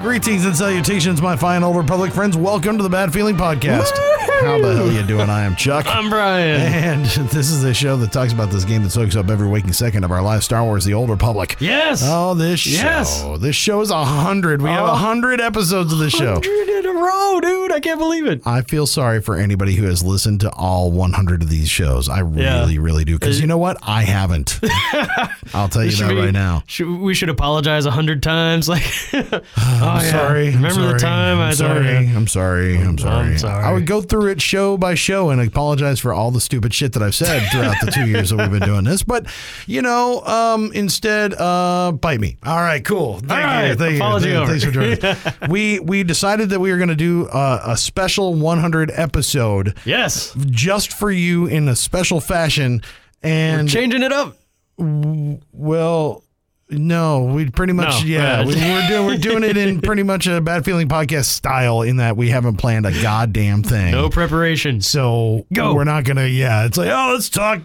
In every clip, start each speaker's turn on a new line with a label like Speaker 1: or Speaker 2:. Speaker 1: Greetings and salutations, my fine old Republic friends. Welcome to the Bad Feeling Podcast. How the hell you doing? I am Chuck.
Speaker 2: I'm Brian.
Speaker 1: and this is the show that talks about this game that soaks up every waking second of our life, Star Wars The Old Republic.
Speaker 2: Yes.
Speaker 1: Oh, this show.
Speaker 2: Yes.
Speaker 1: This show is a hundred. We have
Speaker 2: Oh.
Speaker 1: a hundred episodes of this show.
Speaker 2: 100 in a row, dude. I can't believe it.
Speaker 1: I feel sorry for anybody who has listened to all 100 of these shows. I
Speaker 2: Yeah.
Speaker 1: really, really do. Because
Speaker 2: It-
Speaker 1: you know what? I haven't. I'll tell you
Speaker 2: Should
Speaker 1: that
Speaker 2: we-
Speaker 1: right now.
Speaker 2: Should, we should apologize a hundred times. Like, oh,
Speaker 1: I'm
Speaker 2: yeah.
Speaker 1: sorry. I'm
Speaker 2: Remember
Speaker 1: sorry.
Speaker 2: the time
Speaker 1: I'm
Speaker 2: I
Speaker 1: sorry. I'm sorry. I'm sorry.
Speaker 2: sorry.
Speaker 1: I would go through it show by show and apologize for all the stupid shit that I've said throughout the two years that we've been doing this. But you know, um, instead, uh, bite me. All right, cool. Thank
Speaker 2: All
Speaker 1: you.
Speaker 2: right.
Speaker 1: Thank you.
Speaker 2: Apology
Speaker 1: Thank-
Speaker 2: over.
Speaker 1: Thanks for joining. us. we we decided that we were going to do uh, a special 100 episode
Speaker 2: Yes.
Speaker 1: just for you in a special fashion. And
Speaker 2: Changing it up.
Speaker 1: well, no, we pretty much
Speaker 2: No,
Speaker 1: yeah,
Speaker 2: uh,
Speaker 1: we, we're doing we're doing it in pretty much a bad feeling podcast style in that we haven't planned a goddamn thing.
Speaker 2: No preparation.
Speaker 1: So
Speaker 2: Go.
Speaker 1: we're not gonna yeah. It's like oh let's talk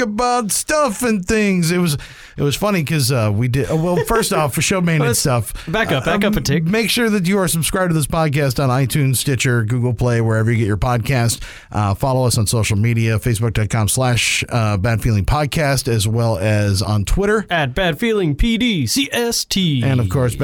Speaker 1: about stuff and things. It was it was funny because uh, we did uh, well. First off, for show maintenance stuff. uh,
Speaker 2: back up, back up a tick.
Speaker 1: Make sure that you are subscribed to this podcast on iTunes, Stitcher, Google Play, wherever you get your podcast. Uh, follow us on social media, facebook.com slash uh, bad feeling podcast, as well as on Twitter.
Speaker 2: At bad feeling PD CST.
Speaker 1: And of course,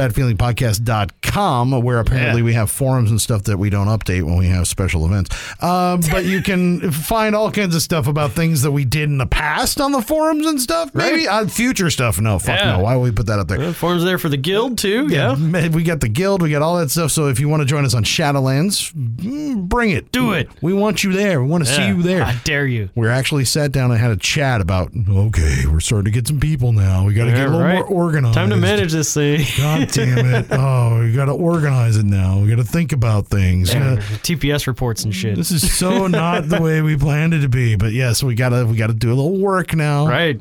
Speaker 1: badfeelingpodcast.com, where apparently
Speaker 2: Yeah.
Speaker 1: we have forums and stuff that we don't update when we have special events. Um, but you can find all kinds of stuff about things that we did in the past on the forums and stuff. Maybe on future stuff. No, fuck
Speaker 2: Yeah.
Speaker 1: no. Why would we put that up there?
Speaker 2: Uh, forms there for the guild too. Yeah.
Speaker 1: Man, We got the guild, we got all that stuff. So if you want to join us on Shadowlands, mm, bring it.
Speaker 2: Do it.
Speaker 1: We want you there. We want to see
Speaker 2: Yeah.
Speaker 1: you there.
Speaker 2: I dare you.
Speaker 1: we actually sat down and had a chat about okay, we're starting to get some people now. We got to get a
Speaker 2: All
Speaker 1: little
Speaker 2: right.
Speaker 1: more organized.
Speaker 2: Time to manage this thing.
Speaker 1: God damn it. Oh, we got to organize it now. We got to think about things. Yeah.
Speaker 2: TPS reports and shit.
Speaker 1: This is so not the way we planned it to be, but yes, we got to we got to do a little work now.
Speaker 2: Right.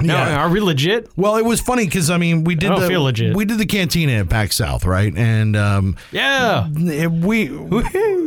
Speaker 2: No,
Speaker 1: Yeah.
Speaker 2: are we legit?
Speaker 1: Well, it was funny cuz I mean, we did
Speaker 2: don't
Speaker 1: the
Speaker 2: feel legit.
Speaker 1: we did the cantina at Pack South, right? And um
Speaker 2: Yeah.
Speaker 1: and we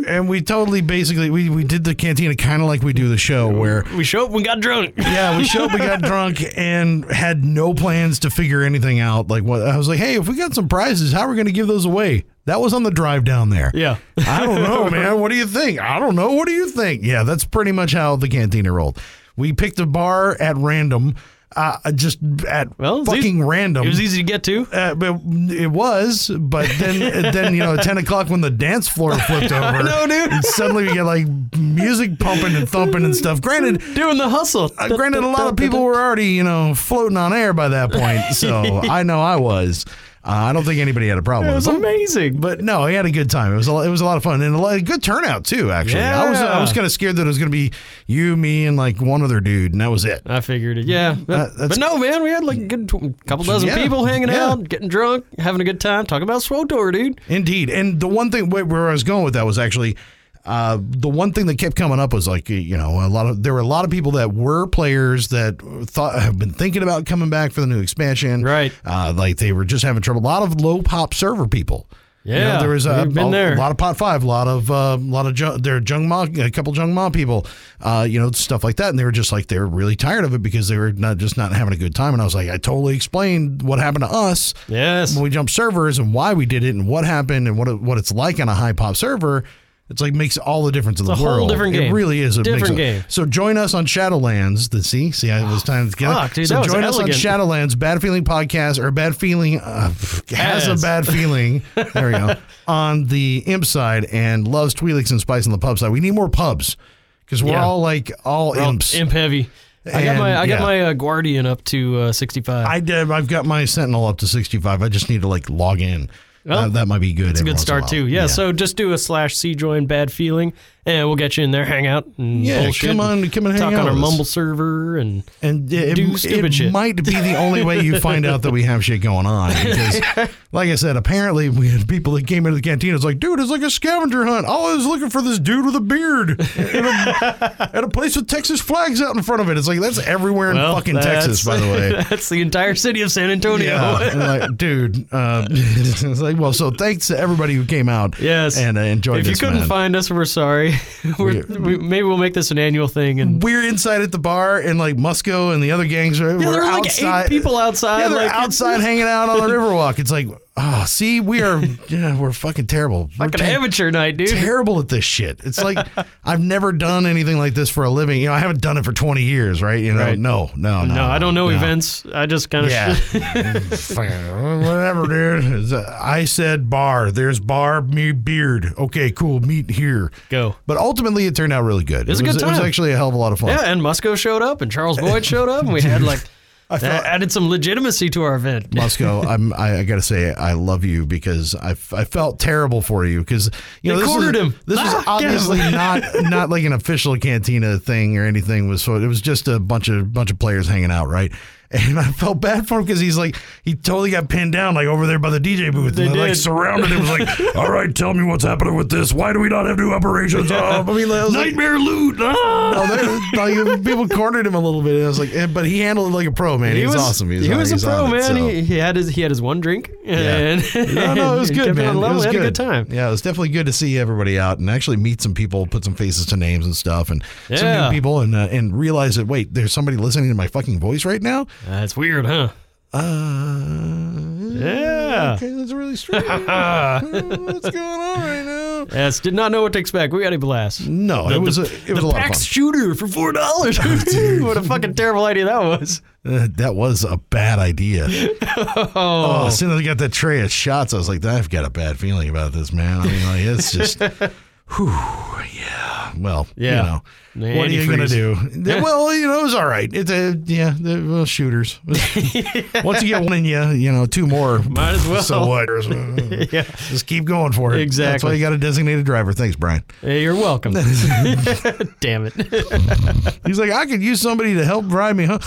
Speaker 1: and we totally basically we, we did the cantina kind of like we do the show where
Speaker 2: We show up. We got drunk.
Speaker 1: yeah, we showed up, we got drunk, and had no plans to figure anything out. Like what I was like, hey, if we got some prizes, how are we going to give those away? That was on the drive down there.
Speaker 2: Yeah.
Speaker 1: I don't know, man. What do you think? I don't know. What do you think? Yeah, that's pretty much how the cantina rolled. We picked a bar at random, uh, just at
Speaker 2: Well, it was
Speaker 1: fucking
Speaker 2: easy-
Speaker 1: random.
Speaker 2: It was easy to get to.
Speaker 1: Uh, but it was, but then then you know, at ten o'clock when the dance floor flipped over,
Speaker 2: know, dude.
Speaker 1: and suddenly we get like music pumping and thumping and stuff. Granted,
Speaker 2: Doing the hustle.
Speaker 1: uh, granted, a lot of people were already, you know, floating on air by that point. So I know I was. Uh, I don't think anybody had a problem
Speaker 2: It
Speaker 1: with
Speaker 2: was
Speaker 1: it.
Speaker 2: amazing.
Speaker 1: But no, we had a good time. It was a, it was a lot of fun and a, lot, a good turnout too. Actually, I was I was
Speaker 2: Yeah.
Speaker 1: kind of scared that it was going to be you, me, and like one other dude, and that was it.
Speaker 2: I figured it. Yeah. But,
Speaker 1: Uh, that's- Mm.
Speaker 2: but no, man, we had like a good tw- couple dozen
Speaker 1: Yeah,
Speaker 2: people hanging
Speaker 1: yeah.
Speaker 2: out, getting drunk, having a good time, talking about Swotor, dude.
Speaker 1: Indeed. And the one thing where, where I was going with that was actually uh, the one thing that kept coming up was like you know a lot of there were a lot of people that were players that thought have been thinking about coming back for the new expansion.
Speaker 2: Right.
Speaker 1: Uh, like they were just having trouble. A lot of low pop server people. You know,
Speaker 2: Yeah,
Speaker 1: there was a,
Speaker 2: we've been
Speaker 1: a
Speaker 2: there.
Speaker 1: lot of pot five, a lot of uh, a lot of Ju- there are Jung Ma, a couple Jung Ma people, uh, you know, stuff like that, and they were just like they were really tired of it because they were not just not having a good time. And I was like, I totally explained what happened to us
Speaker 2: Yes.
Speaker 1: when we jump servers and why we did it and what happened and what it, what it's like on a high pop server. It's like makes all the difference in the
Speaker 2: a whole
Speaker 1: world.
Speaker 2: different
Speaker 1: It
Speaker 2: game.
Speaker 1: really is a
Speaker 2: Different game. Ah,
Speaker 1: So join us on Shadowlands. The see, see, I was time to get
Speaker 2: fuck, dude,
Speaker 1: So
Speaker 2: that was
Speaker 1: join
Speaker 2: elegant.
Speaker 1: us on Shadowlands. Bad feeling podcast or bad feeling uh, has a
Speaker 2: Yes.
Speaker 1: bad feeling. There we go. on the imp side and loves Tweelix and Spice on the pub side. We need more pubs because we're
Speaker 2: Yeah.
Speaker 1: all like all
Speaker 2: Well,
Speaker 1: imps.
Speaker 2: Oh, Imp heavy. I got
Speaker 1: And,
Speaker 2: my I
Speaker 1: yeah.
Speaker 2: got my uh, Guardian up to uh, 65.
Speaker 1: I did. I've got my Sentinel up to 65. I just need to like log in.
Speaker 2: Well,
Speaker 1: that, that might be good. It's
Speaker 2: Good start too. Yeah, So just do a slash C join bad feeling, Yeah, we'll get you in there, hang out, and
Speaker 1: Yeah,
Speaker 2: bullshit
Speaker 1: come on- come and hang
Speaker 2: talk
Speaker 1: out
Speaker 2: on our
Speaker 1: with us.
Speaker 2: mumble server, and
Speaker 1: And it,
Speaker 2: Do
Speaker 1: it-
Speaker 2: stupid
Speaker 1: it
Speaker 2: shit.
Speaker 1: might be the only way you find out that we have shit going on. Because, like I said, apparently we had people that came into the canteen. It's like, dude, it's like a scavenger hunt. All I was looking for this dude with a beard at a, at a place with Texas flags out in front of it. It's like that's everywhere in
Speaker 2: Well,
Speaker 1: fucking Texas,
Speaker 2: that's-
Speaker 1: by the way.
Speaker 2: that's the entire city of San Antonio.
Speaker 1: Yeah, and like, dude. Uh, it's like, well, so thanks to everybody who came out.
Speaker 2: Yes.
Speaker 1: and uh, enjoyed.
Speaker 2: If you
Speaker 1: this,
Speaker 2: couldn't
Speaker 1: man.
Speaker 2: find us, we're sorry. We're, we, maybe we'll make this an annual thing. And
Speaker 1: we're inside at the bar, and like Musco and the other gangs are
Speaker 2: yeah,
Speaker 1: we're
Speaker 2: there are like
Speaker 1: outside.
Speaker 2: eight people outside.
Speaker 1: yeah, they're
Speaker 2: like,
Speaker 1: outside hanging out on the Riverwalk. It's like, oh, see, we are, yeah, we're fucking terrible. We're
Speaker 2: Fucking
Speaker 1: ter-
Speaker 2: amateur night, dude.
Speaker 1: terrible at this shit. It's like I've never done anything like this for a living. You know, I haven't done it for twenty years, right? You know,
Speaker 2: Right.
Speaker 1: no, no, no,
Speaker 2: no, I don't know
Speaker 1: no.
Speaker 2: events. I just kind of
Speaker 1: Yeah, Fucking whatever, dude. It's a- I said bar. There's bar. Me beard. Okay, cool. Meet here.
Speaker 2: go.
Speaker 1: But ultimately, it turned out really good. It
Speaker 2: was a good
Speaker 1: It was
Speaker 2: time.
Speaker 1: actually a hell of a lot of fun.
Speaker 2: Yeah, and Musco showed up, and Charles Boyd showed up, and we had like
Speaker 1: felt-
Speaker 2: that added some legitimacy to our event.
Speaker 1: Musco, I'm, I, I gotta say, I love you because I, f- I felt terrible for you because you know
Speaker 2: They
Speaker 1: this
Speaker 2: cornered
Speaker 1: was,
Speaker 2: him.
Speaker 1: This was
Speaker 2: Ah, get him.
Speaker 1: obviously not not like an official cantina thing or anything. Was so it was just a bunch of bunch of players hanging out, right? And I felt bad for him because he's like he totally got pinned down like over there by the DJ booth.
Speaker 2: They
Speaker 1: and like
Speaker 2: did.
Speaker 1: surrounded him. Was like, all right, tell me what's happening with this. Why do we not have new operations? Uh, I mean, I was like-
Speaker 2: Nightmare loot. Ah!
Speaker 1: Oh, they- like, people cornered him a little bit. And I was like, eh, but he handled it like a pro, man. He, was, awesome.
Speaker 2: He
Speaker 1: He's
Speaker 2: was,
Speaker 1: on- he's
Speaker 2: a pro,
Speaker 1: on it,
Speaker 2: man.
Speaker 1: so.
Speaker 2: He, he had his he had his one drink. And
Speaker 1: No, no, it was
Speaker 2: and
Speaker 1: good,
Speaker 2: kept it
Speaker 1: man.
Speaker 2: on
Speaker 1: It
Speaker 2: level,
Speaker 1: was
Speaker 2: had
Speaker 1: good.
Speaker 2: a good time.
Speaker 1: Yeah, it was definitely good to see everybody out and actually meet some people, put some faces to names and stuff, and some
Speaker 2: Yeah.
Speaker 1: new people, and uh, and realize that wait, there's somebody listening to my fucking voice right now.
Speaker 2: That's weird, huh?
Speaker 1: Uh,
Speaker 2: Yeah.
Speaker 1: okay, that's really strange. Uh, What's going on right now?
Speaker 2: Yes, did not know what to expect. We had a blast.
Speaker 1: No, it was a, it was a
Speaker 2: the
Speaker 1: lot of
Speaker 2: PAX
Speaker 1: fun. Oh,
Speaker 2: shooter for four dollars. what a fucking terrible idea that was.
Speaker 1: Uh, that was a bad idea.
Speaker 2: Oh,
Speaker 1: Oh, as soon as I got that tray of shots, I was like, I've got a bad feeling about this, man. I mean, like, it's just, whew, yeah. Well,
Speaker 2: Yeah.
Speaker 1: you
Speaker 2: The
Speaker 1: know, what are you going to
Speaker 2: antifreeze.
Speaker 1: do? Th- well, you know, it was all right. It's a, yeah, the, well, shooters. Once you get one in you, you know, two more.
Speaker 2: Might as well.
Speaker 1: So what?
Speaker 2: yeah.
Speaker 1: Just keep going for it. That's why
Speaker 2: Exactly.
Speaker 1: you got a designated driver. Thanks, Brian.
Speaker 2: Hey, Uh, you're welcome. Damn it!
Speaker 1: He's like, I could use somebody to help drive me, huh?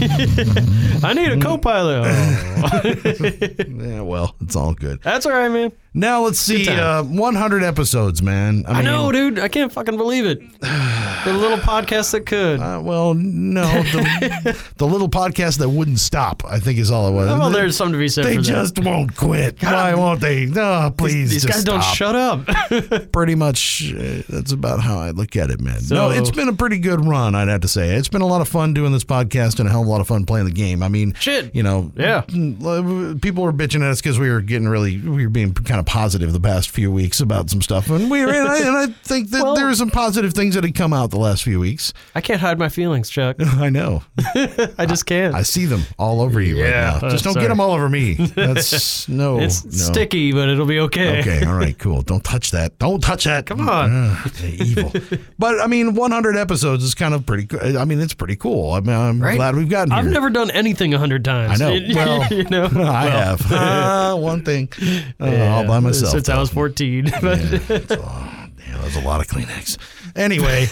Speaker 2: I need a co-pilot. Oh,
Speaker 1: yeah, well, it's all good.
Speaker 2: that's all right, man.
Speaker 1: Now let's see.
Speaker 2: time.
Speaker 1: Uh, 100 episodes, man.
Speaker 2: I
Speaker 1: mean,
Speaker 2: know, dude. I can't fucking believe it. The little podcast that could.
Speaker 1: Uh, well, no, the, the little podcast that wouldn't stop, I think, is all it was.
Speaker 2: well, there's something to be said
Speaker 1: they
Speaker 2: for
Speaker 1: just won't quit. Why won't they? No,
Speaker 2: that.
Speaker 1: please.
Speaker 2: These
Speaker 1: just
Speaker 2: guys don't
Speaker 1: stop.
Speaker 2: shut up.
Speaker 1: Pretty much, uh, that's about how I look at it, man. no,
Speaker 2: So-
Speaker 1: it's been a pretty good run, I'd have to say. It's been a lot of fun doing this podcast and a hell of a lot of fun playing the game. I mean,
Speaker 2: Shit.
Speaker 1: you know,
Speaker 2: Yeah.
Speaker 1: people were bitching at us because we were getting really, we were being kind of positive the past few weeks about some stuff, and we, were, and, I, and I think that
Speaker 2: Well-
Speaker 1: there are some positive things that had come out the last few weeks.
Speaker 2: I can't hide my feelings, Chuck.
Speaker 1: I know.
Speaker 2: I just can't.
Speaker 1: I see them all over you
Speaker 2: Yeah.
Speaker 1: right now. Just don't
Speaker 2: Sorry.
Speaker 1: get them all over me. That's no.
Speaker 2: it's
Speaker 1: no.
Speaker 2: sticky, but it'll be okay.
Speaker 1: Okay, Mm, all right, cool. Don't touch that. Don't touch that.
Speaker 2: Come on.
Speaker 1: Ugh, they're evil. But I mean, 100 episodes is kind of pretty. co- I mean, it's pretty cool. I mean, I'm
Speaker 2: Right?
Speaker 1: glad we've gotten here.
Speaker 2: I've never done anything a hundred
Speaker 1: I
Speaker 2: times.
Speaker 1: know.
Speaker 2: It-
Speaker 1: Well,
Speaker 2: you know,
Speaker 1: I have Uh, one thing uh, all by myself.
Speaker 2: since I was fourteen. But
Speaker 1: Yeah, it's a lot- yeah, that was a lot of Kleenex. Anyway,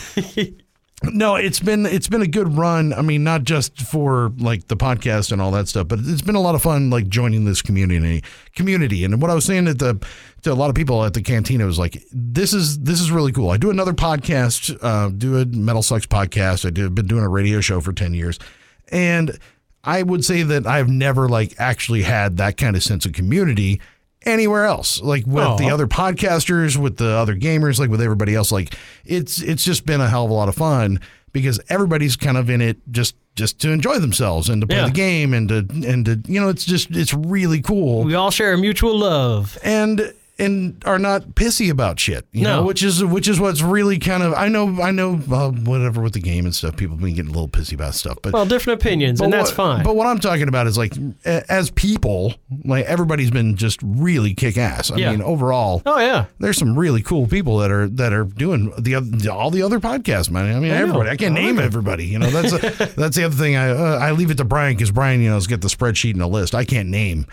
Speaker 1: no, it's been it's been a good run. I mean, not just for like the podcast and all that stuff, but it's been a lot of fun like joining this community community. And what I was saying at the to a lot of people at the cantina was like, this is this is really cool. I do another podcast, uh, do a Metal Sucks podcast. I did been doing a radio show for ten years, and I would say that I've never like actually had that kind of sense of community anywhere else like with the
Speaker 2: Aw.
Speaker 1: other podcasters with the other gamers like with everybody else like it's it's just been a hell of a lot of fun because everybody's kind of in it just just to enjoy themselves and to play
Speaker 2: Yeah.
Speaker 1: the game and to and to you know it's just it's really cool
Speaker 2: we all share a mutual love.
Speaker 1: and and are not pissy about shit you
Speaker 2: No.
Speaker 1: know which is which is what's really kind of I know I know uh, whatever with the game and stuff people have been getting a little pissy about stuff but
Speaker 2: Well, different opinions, and that's
Speaker 1: what-
Speaker 2: fine.
Speaker 1: But what I'm talking about is like, a- as people, like everybody's been just really kick ass. I
Speaker 2: Yeah.
Speaker 1: mean, overall,
Speaker 2: oh yeah,
Speaker 1: there's some really cool people that are that are doing the oth- all the other podcasts, man. I mean,
Speaker 2: I know.
Speaker 1: everybody. I can't
Speaker 2: I
Speaker 1: name everybody. You know, that's that's the other thing. I uh, I leave it to Brian because Brian, you know, has got the spreadsheet and the list. I can't name.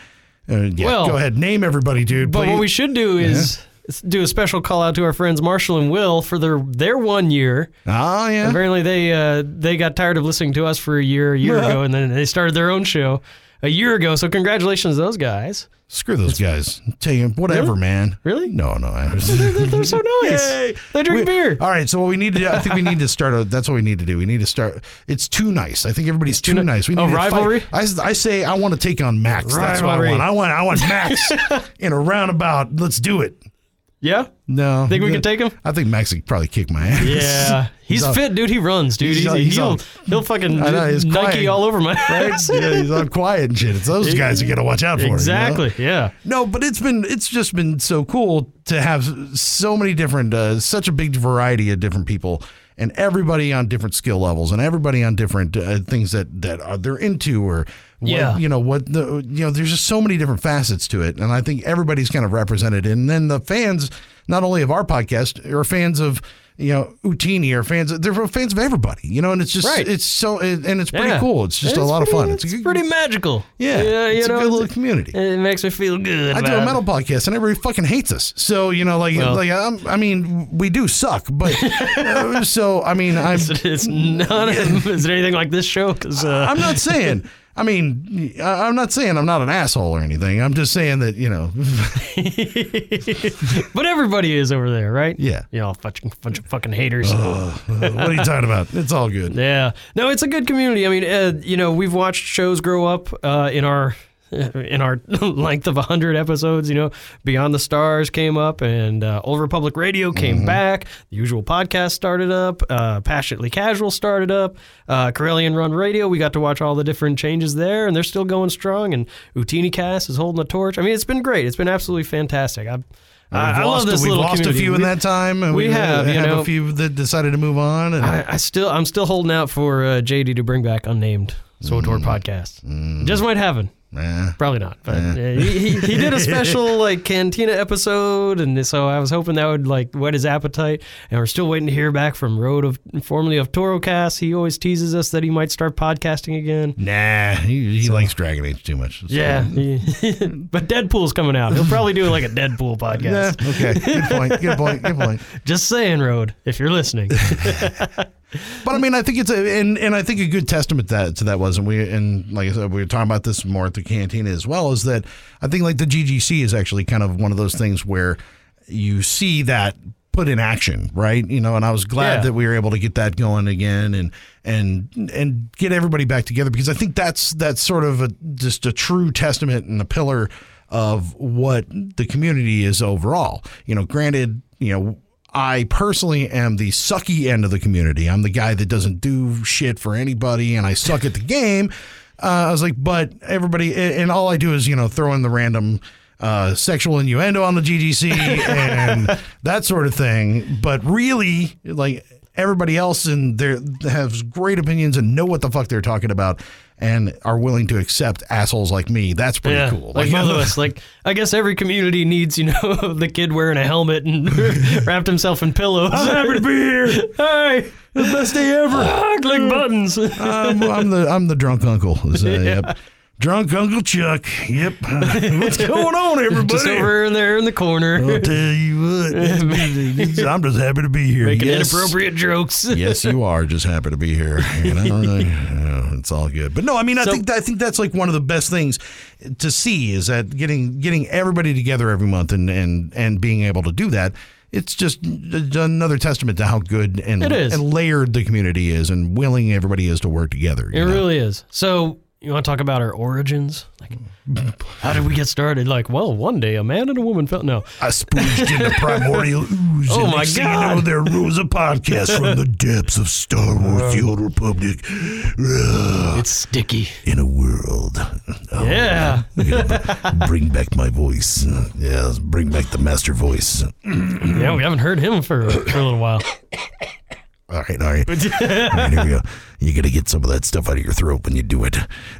Speaker 1: Uh, yeah,
Speaker 2: Well-
Speaker 1: go ahead, name everybody, dude.
Speaker 2: but
Speaker 1: please.
Speaker 2: what we should do is s- do a special call out to our friends Marshall and Will for their their one year.
Speaker 1: Oh yeah.
Speaker 2: Apparently, they uh, they got tired of listening to us for a year a year ago, and then they started their own show a year ago. So congratulations, to those guys.
Speaker 1: Screw those guys. Tell you whatever, man.
Speaker 2: Really?
Speaker 1: No, no. I
Speaker 2: They're, they're so nice.
Speaker 1: Yay.
Speaker 2: They drink
Speaker 1: We-
Speaker 2: beer.
Speaker 1: All right, so what we need to do, I think we need to start. A, that's what we need to do. We need to start. It's too nice. I think everybody's too,
Speaker 2: ni-
Speaker 1: nice. We need
Speaker 2: Oh,
Speaker 1: to fight.
Speaker 2: rivalry?
Speaker 1: I, s- I say I want to take on Max. That's what I
Speaker 2: Rivalry.
Speaker 1: want. I want. I want Max in a roundabout. Let's do it.
Speaker 2: Yeah.
Speaker 1: No,
Speaker 2: Think we can take him?
Speaker 1: I think Max could probably kick my ass.
Speaker 2: Yeah, he's,
Speaker 1: He's on-
Speaker 2: fit, dude. He runs, dude.
Speaker 1: He's
Speaker 2: He's,
Speaker 1: on- he's
Speaker 2: he'll
Speaker 1: on-
Speaker 2: he'll fucking
Speaker 1: I know, he's
Speaker 2: Nike
Speaker 1: quiet.
Speaker 2: all over my
Speaker 1: Right?
Speaker 2: ass.
Speaker 1: yeah, he's on quiet and shit. It's those guys you got to watch out for. you know?
Speaker 2: exactly. Yeah.
Speaker 1: No, but it's been it's just been so cool to have so many different uh, such a big variety of different people and everybody on different skill levels and everybody on different uh, things that that are, they're into or what,
Speaker 2: Yeah.
Speaker 1: you know what the you know there's just so many different facets to it and I think everybody's kind of represented and then the fans not only of our podcast are fans of you know Utini are fans they're fans of everybody you know and it's just
Speaker 2: Right.
Speaker 1: it's so and it's pretty
Speaker 2: Yeah.
Speaker 1: cool it's just a
Speaker 2: It's
Speaker 1: lot
Speaker 2: pretty-
Speaker 1: of fun
Speaker 2: It's,
Speaker 1: a good-
Speaker 2: pretty magical.
Speaker 1: yeah,
Speaker 2: Yeah. You
Speaker 1: it's
Speaker 2: know,
Speaker 1: a good little
Speaker 2: it's-
Speaker 1: community
Speaker 2: it makes me feel good.
Speaker 1: I do
Speaker 2: about
Speaker 1: a
Speaker 2: it.
Speaker 1: metal podcast and everybody fucking hates us. So you know, like,
Speaker 2: Well-
Speaker 1: like I'm, I mean, we do suck, but uh, so I mean, I'm,
Speaker 2: It's, it's not. Is it anything like this show? 'Cause, uh,
Speaker 1: I'm not saying. I mean, I- I'm not saying I'm not an asshole or anything. I'm just saying that you know,
Speaker 2: but everybody is over there, right?
Speaker 1: Yeah.
Speaker 2: You know, a bunch, bunch of fucking haters.
Speaker 1: what are you talking about? It's all good.
Speaker 2: Yeah. No, it's a good community. I mean, uh, you know, we've watched shows grow up uh, in our in our length of 100 episodes, you know, Beyond the Stars came up and uh, Old Republic Radio came
Speaker 1: Mm-hmm.
Speaker 2: back. The usual podcast started up. Uh, Passionately Casual started up. Uh, Corellian Run Radio, we got to watch all the different changes there, and they're still going strong. And Utini Cast is holding the torch. I mean, it's been great. It's been absolutely fantastic. I've, I, I
Speaker 1: We've
Speaker 2: love
Speaker 1: lost-
Speaker 2: this
Speaker 1: We've
Speaker 2: little
Speaker 1: lost
Speaker 2: community.
Speaker 1: a few in
Speaker 2: We-
Speaker 1: that time, and uh,
Speaker 2: we have, you know.
Speaker 1: a few that decided to move on. And
Speaker 2: I, I still, I'm still holding out for uh, JD to bring back unnamed Swotor podcast. Just might happen.
Speaker 1: eh.
Speaker 2: Probably not. But Mm. yeah, he, he, he did a special like cantina episode, and so I was hoping that would like whet his appetite. And we're still waiting to hear back from Road of formerly of Torocast. He always teases us that he might start podcasting again.
Speaker 1: nah, he, he likes Dragon Age too much. So-
Speaker 2: Yeah, he- but Deadpool's coming out. He'll probably do like a Deadpool
Speaker 1: Yeah.
Speaker 2: podcast.
Speaker 1: Okay. Good point. Good point. Good point.
Speaker 2: Just saying, Road, if you're listening.
Speaker 1: But I mean, I think it's a and, and I think a good testament to that to that was, and we and like I said, we were talking about this more at the cantina as well. Is that I think like the GGC is actually kind of one of those things where you see that put in action, right? You know, and I was glad
Speaker 2: Yeah.
Speaker 1: that we were able to get that going again and and and get everybody back together because I think that's that's sort of a just a true testament and a pillar of what the community is overall. You know, granted, you know, I personally am the sucky end of the community. I'm the guy that doesn't do shit for anybody and I suck at the game. Uh, I was like, but everybody, and and all I do is, you know, throw in the random uh, sexual innuendo on the GGC and that sort of thing. But really, like everybody else in there has great opinions and know what the fuck they're talking about and are willing to accept assholes like me. That's pretty
Speaker 2: Yeah,
Speaker 1: cool.
Speaker 2: Like both of us. Like I guess every community needs, you know, the kid wearing a helmet and wrapped himself in pillows.
Speaker 1: happy to be here.
Speaker 2: hey,
Speaker 1: The best day ever.
Speaker 2: ah, click buttons.
Speaker 1: I'm, I'm the I'm the drunk uncle. Is, uh, yep. Drunk Uncle Chuck. Yep. What's going on, everybody?
Speaker 2: Just over in there in the corner,
Speaker 1: I'll tell you what. it's busy. I'm just happy to be here.
Speaker 2: making
Speaker 1: Yes.
Speaker 2: inappropriate jokes.
Speaker 1: yes, you are just happy to be here. You know, like, yeah, it's all good. But no, I mean, I
Speaker 2: So-
Speaker 1: think that, I think that's like one of the best things to see is that getting getting everybody together every month and and and being able to do that. It's just another testament to how good and,
Speaker 2: It is.
Speaker 1: and layered the community is, and willing everybody is to work together.
Speaker 2: It
Speaker 1: you know?
Speaker 2: really is. So you want to talk about our origins? Like, how did we get started? Like, well, one day a man and a woman felt no.
Speaker 1: I spooged in the primordial ooze.
Speaker 2: Oh
Speaker 1: and
Speaker 2: my
Speaker 1: next thing
Speaker 2: God.
Speaker 1: You know, there rose a podcast from the depths of Star Wars: The Old Republic, Ugh,
Speaker 2: It's sticky.
Speaker 1: in a world. Oh,
Speaker 2: Yeah.
Speaker 1: look at it. bring back my voice. Yeah, let's bring back the master voice.
Speaker 2: Yeah, we haven't heard him for, for a little while.
Speaker 1: All right, all right. all right, here we go. You gotta get some of that stuff out of your throat when you do it.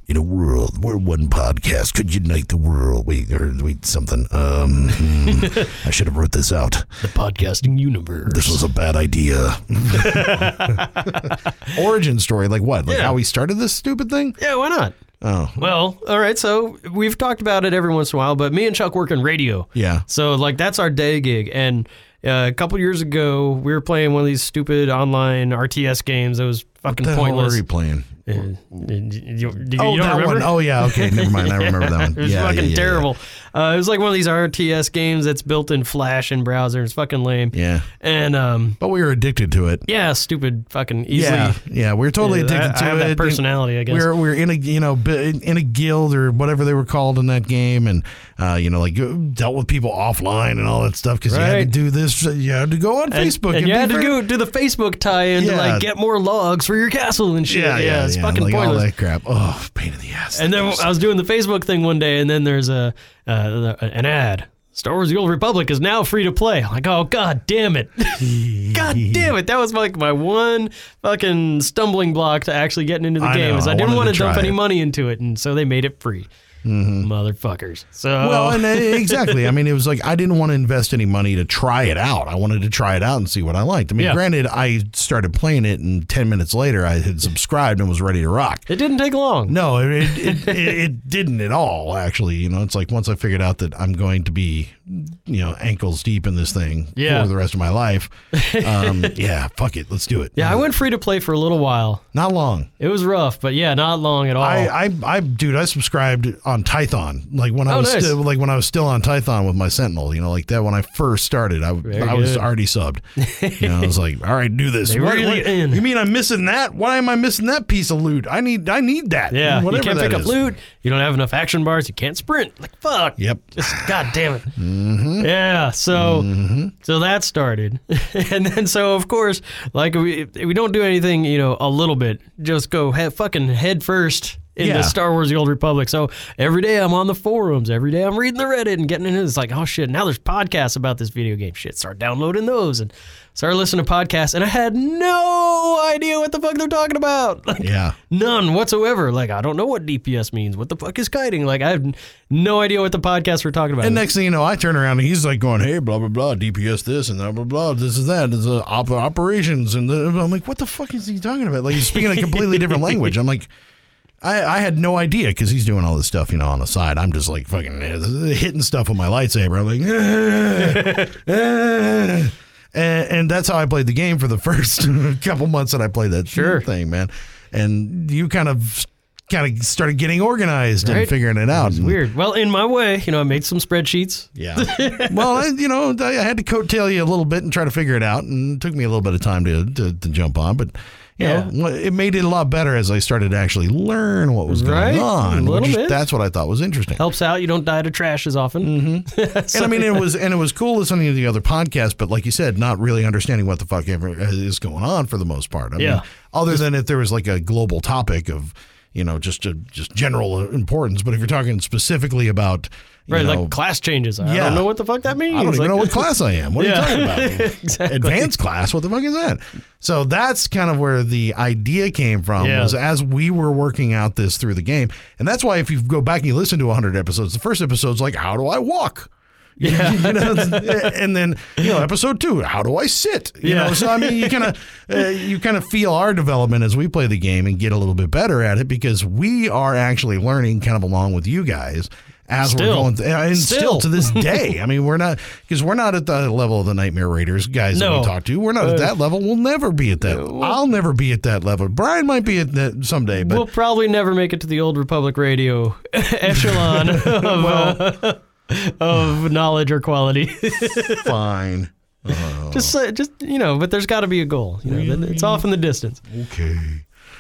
Speaker 1: In a world where one podcast could unite the world. Wait, or wait, something. Um, hmm. I should have wrote this out.
Speaker 2: The podcasting universe.
Speaker 1: this was a bad idea. Origin story, like what? Like
Speaker 2: Yeah.
Speaker 1: how we started this stupid thing?
Speaker 2: Yeah, why not?
Speaker 1: Oh,
Speaker 2: Well, all right. So we've talked about it every once in a while, but me and Chuck work in radio.
Speaker 1: Yeah.
Speaker 2: So like that's our day gig. And uh, a couple years ago, we were playing one of these stupid online RTS games that was fucking
Speaker 1: what the hell
Speaker 2: pointless.
Speaker 1: were you playing?
Speaker 2: Uh, you- you- you
Speaker 1: Oh,
Speaker 2: don't
Speaker 1: that
Speaker 2: remember?
Speaker 1: one. Oh, yeah. Okay, never mind. I remember that one.
Speaker 2: It was
Speaker 1: yeah,
Speaker 2: fucking
Speaker 1: yeah, yeah,
Speaker 2: terrible. Uh, it was like one of these RTS games that's built in Flash and browser. It's fucking lame.
Speaker 1: Yeah. yeah,
Speaker 2: And um,
Speaker 1: but we were addicted to it.
Speaker 2: yeah, stupid fucking easily.
Speaker 1: Yeah, yeah, we were totally
Speaker 2: Yeah,
Speaker 1: addicted
Speaker 2: I- I
Speaker 1: to
Speaker 2: have
Speaker 1: it.
Speaker 2: that personality, I guess.
Speaker 1: We were, we were in a you know bi- in a guild or whatever they were called in that game, and uh, you know like you dealt with people offline and all that stuff because you
Speaker 2: Right.
Speaker 1: had to do this, you had to go on
Speaker 2: And-
Speaker 1: Facebook,
Speaker 2: and,
Speaker 1: and
Speaker 2: you
Speaker 1: be
Speaker 2: had to
Speaker 1: friends.
Speaker 2: go do the Facebook tie-in to
Speaker 1: Yeah.
Speaker 2: like get more logs for your castle and shit.
Speaker 1: Yeah, yeah, yeah,
Speaker 2: it's fucking
Speaker 1: like all
Speaker 2: pointless.
Speaker 1: that crap. Oh, pain in the ass.
Speaker 2: And then I was doing the Facebook thing one day, and then there's a uh, an ad. Star Wars: The Old Republic is now free to play. I'm like, oh god damn it, god damn it! That was like my one fucking stumbling block to actually getting into the
Speaker 1: I
Speaker 2: game.
Speaker 1: know,
Speaker 2: is I,
Speaker 1: I
Speaker 2: didn't
Speaker 1: wanted
Speaker 2: want
Speaker 1: to
Speaker 2: to dump
Speaker 1: try
Speaker 2: any
Speaker 1: it. Mm-hmm.
Speaker 2: money into it, and so they made it free, motherfuckers. So
Speaker 1: well, and uh, exactly. I mean, it was like I didn't want to invest any money to try it out. I wanted to try it out and see what I liked. I mean,
Speaker 2: Yeah.
Speaker 1: granted, I started playing it, and ten minutes later, I had subscribed and was ready to rock.
Speaker 2: it didn't take long.
Speaker 1: No, it it, it, it it didn't at all. Actually, you know, it's like once I figured out that I'm going to be, you know, ankles deep in this thing
Speaker 2: Yeah.
Speaker 1: for the rest of my life. Um, yeah, fuck it, let's do it.
Speaker 2: Yeah, I went free to play for a little while.
Speaker 1: not long.
Speaker 2: It was rough, but yeah, not long at all.
Speaker 1: I, I I dude, I subscribed on Tython. Like when I
Speaker 2: Oh,
Speaker 1: was
Speaker 2: nice.
Speaker 1: still like when I was still on Tython with my Sentinel. You know, like that when I first started, I I was
Speaker 2: good.
Speaker 1: already subbed. You know, I was like, all right, do this.
Speaker 2: They
Speaker 1: What-
Speaker 2: really
Speaker 1: what-
Speaker 2: in.
Speaker 1: You mean I'm missing that? Why am I missing that piece of loot? I need I need that.
Speaker 2: yeah, you
Speaker 1: whatever
Speaker 2: can't
Speaker 1: that
Speaker 2: pick up
Speaker 1: is.
Speaker 2: loot. You don't have enough action bars. You can't sprint. Like fuck.
Speaker 1: Yep.
Speaker 2: Just God damn it.
Speaker 1: Mm-hmm.
Speaker 2: Yeah. So so that started, and then so of course, like we we don't do anything, you know, a little bit. Just go he- fucking head first into
Speaker 1: Yeah.
Speaker 2: Star Wars: The Old Republic. So every day I'm on the forums. Every day I'm reading the Reddit and getting into it. It's like, oh shit, now there's podcasts about this video game shit. Start downloading those and start listening to podcasts. And I had no idea what the fuck they're talking about. Like,
Speaker 1: Yeah.
Speaker 2: None whatsoever. Like I don't know what DPS means. What the fuck is kiting? Like I have n- no idea what the podcast we're talking about.
Speaker 1: And
Speaker 2: is.
Speaker 1: next thing you know, I turn around and he's like going, "Hey, blah blah blah, DPS this and blah blah blah, this is that, this is uh, op- operations." And the, I'm like, "What the fuck is he talking about?" Like he's speaking a completely different language. I'm like, I, I had no idea because he's doing all this stuff, you know, on the side. I'm just like fucking uh, hitting stuff with my lightsaber. I'm like, "Ah, ah." and, and that's how I played the game for the first couple months that I played that
Speaker 2: Sure.
Speaker 1: thing, man. And you kind of kind of started getting organized and
Speaker 2: Right. Mm-hmm.
Speaker 1: figuring it out. And-
Speaker 2: Weird. Well, in my way, you know, I made some spreadsheets.
Speaker 1: yeah. well, I, you know, I had to coattail you a little bit and try to figure it out, and it took me a little bit of time to to, to jump on, but. You
Speaker 2: Yeah.
Speaker 1: know, it made it a lot better as I started to actually learn what was going
Speaker 2: Right? A
Speaker 1: on.
Speaker 2: little
Speaker 1: which is-
Speaker 2: bit.
Speaker 1: That's what I thought was interesting.
Speaker 2: Helps out. You don't die to trash as often.
Speaker 1: Mm-hmm. and I mean, it was and it was cool listening to the other podcasts, but like you said, not really understanding what the fuck ever uh, is going on for the most part. I
Speaker 2: Yeah.
Speaker 1: mean, other than if there was like a global topic of, you know, just a, just general importance. But if you're talking specifically about, you
Speaker 2: Right. like
Speaker 1: know,
Speaker 2: class changes. I
Speaker 1: Yeah.
Speaker 2: don't know what the fuck that means.
Speaker 1: I don't even
Speaker 2: Like,
Speaker 1: know what class I am. What
Speaker 2: Yeah.
Speaker 1: are you talking about?
Speaker 2: Exactly.
Speaker 1: Advanced class? What the fuck is that? So that's kind of where the idea came from.
Speaker 2: Yeah.
Speaker 1: Was as we were working out this through the game, and that's why if you go back and you listen to 100 episodes, the first episode's like, how do I walk? Yeah. you know, eh, and then you know, episode two, how do I sit? You
Speaker 2: Yeah.
Speaker 1: know, so I mean, you kind of uh, you kind of feel our development as we play the game and get a little bit better at it because we are actually learning kind of along with you guys as we're
Speaker 2: Still.
Speaker 1: going th- eh, and still
Speaker 2: Still.
Speaker 1: to this day. I mean, we're not because we're not at the level of the Nightmare Raiders guys that
Speaker 2: No. Uh,
Speaker 1: we talk to. We're not at that level. We'll never be at that. I'll never be at that level. Brian might be at that someday, but
Speaker 2: We'll probably never make it to the old Republic radio echelon of, uh, of knowledge or quality.
Speaker 1: fine.
Speaker 2: just,
Speaker 1: oh.
Speaker 2: uh, just you know, but there's got to be a goal. You know, it's off in the distance.
Speaker 1: Okay.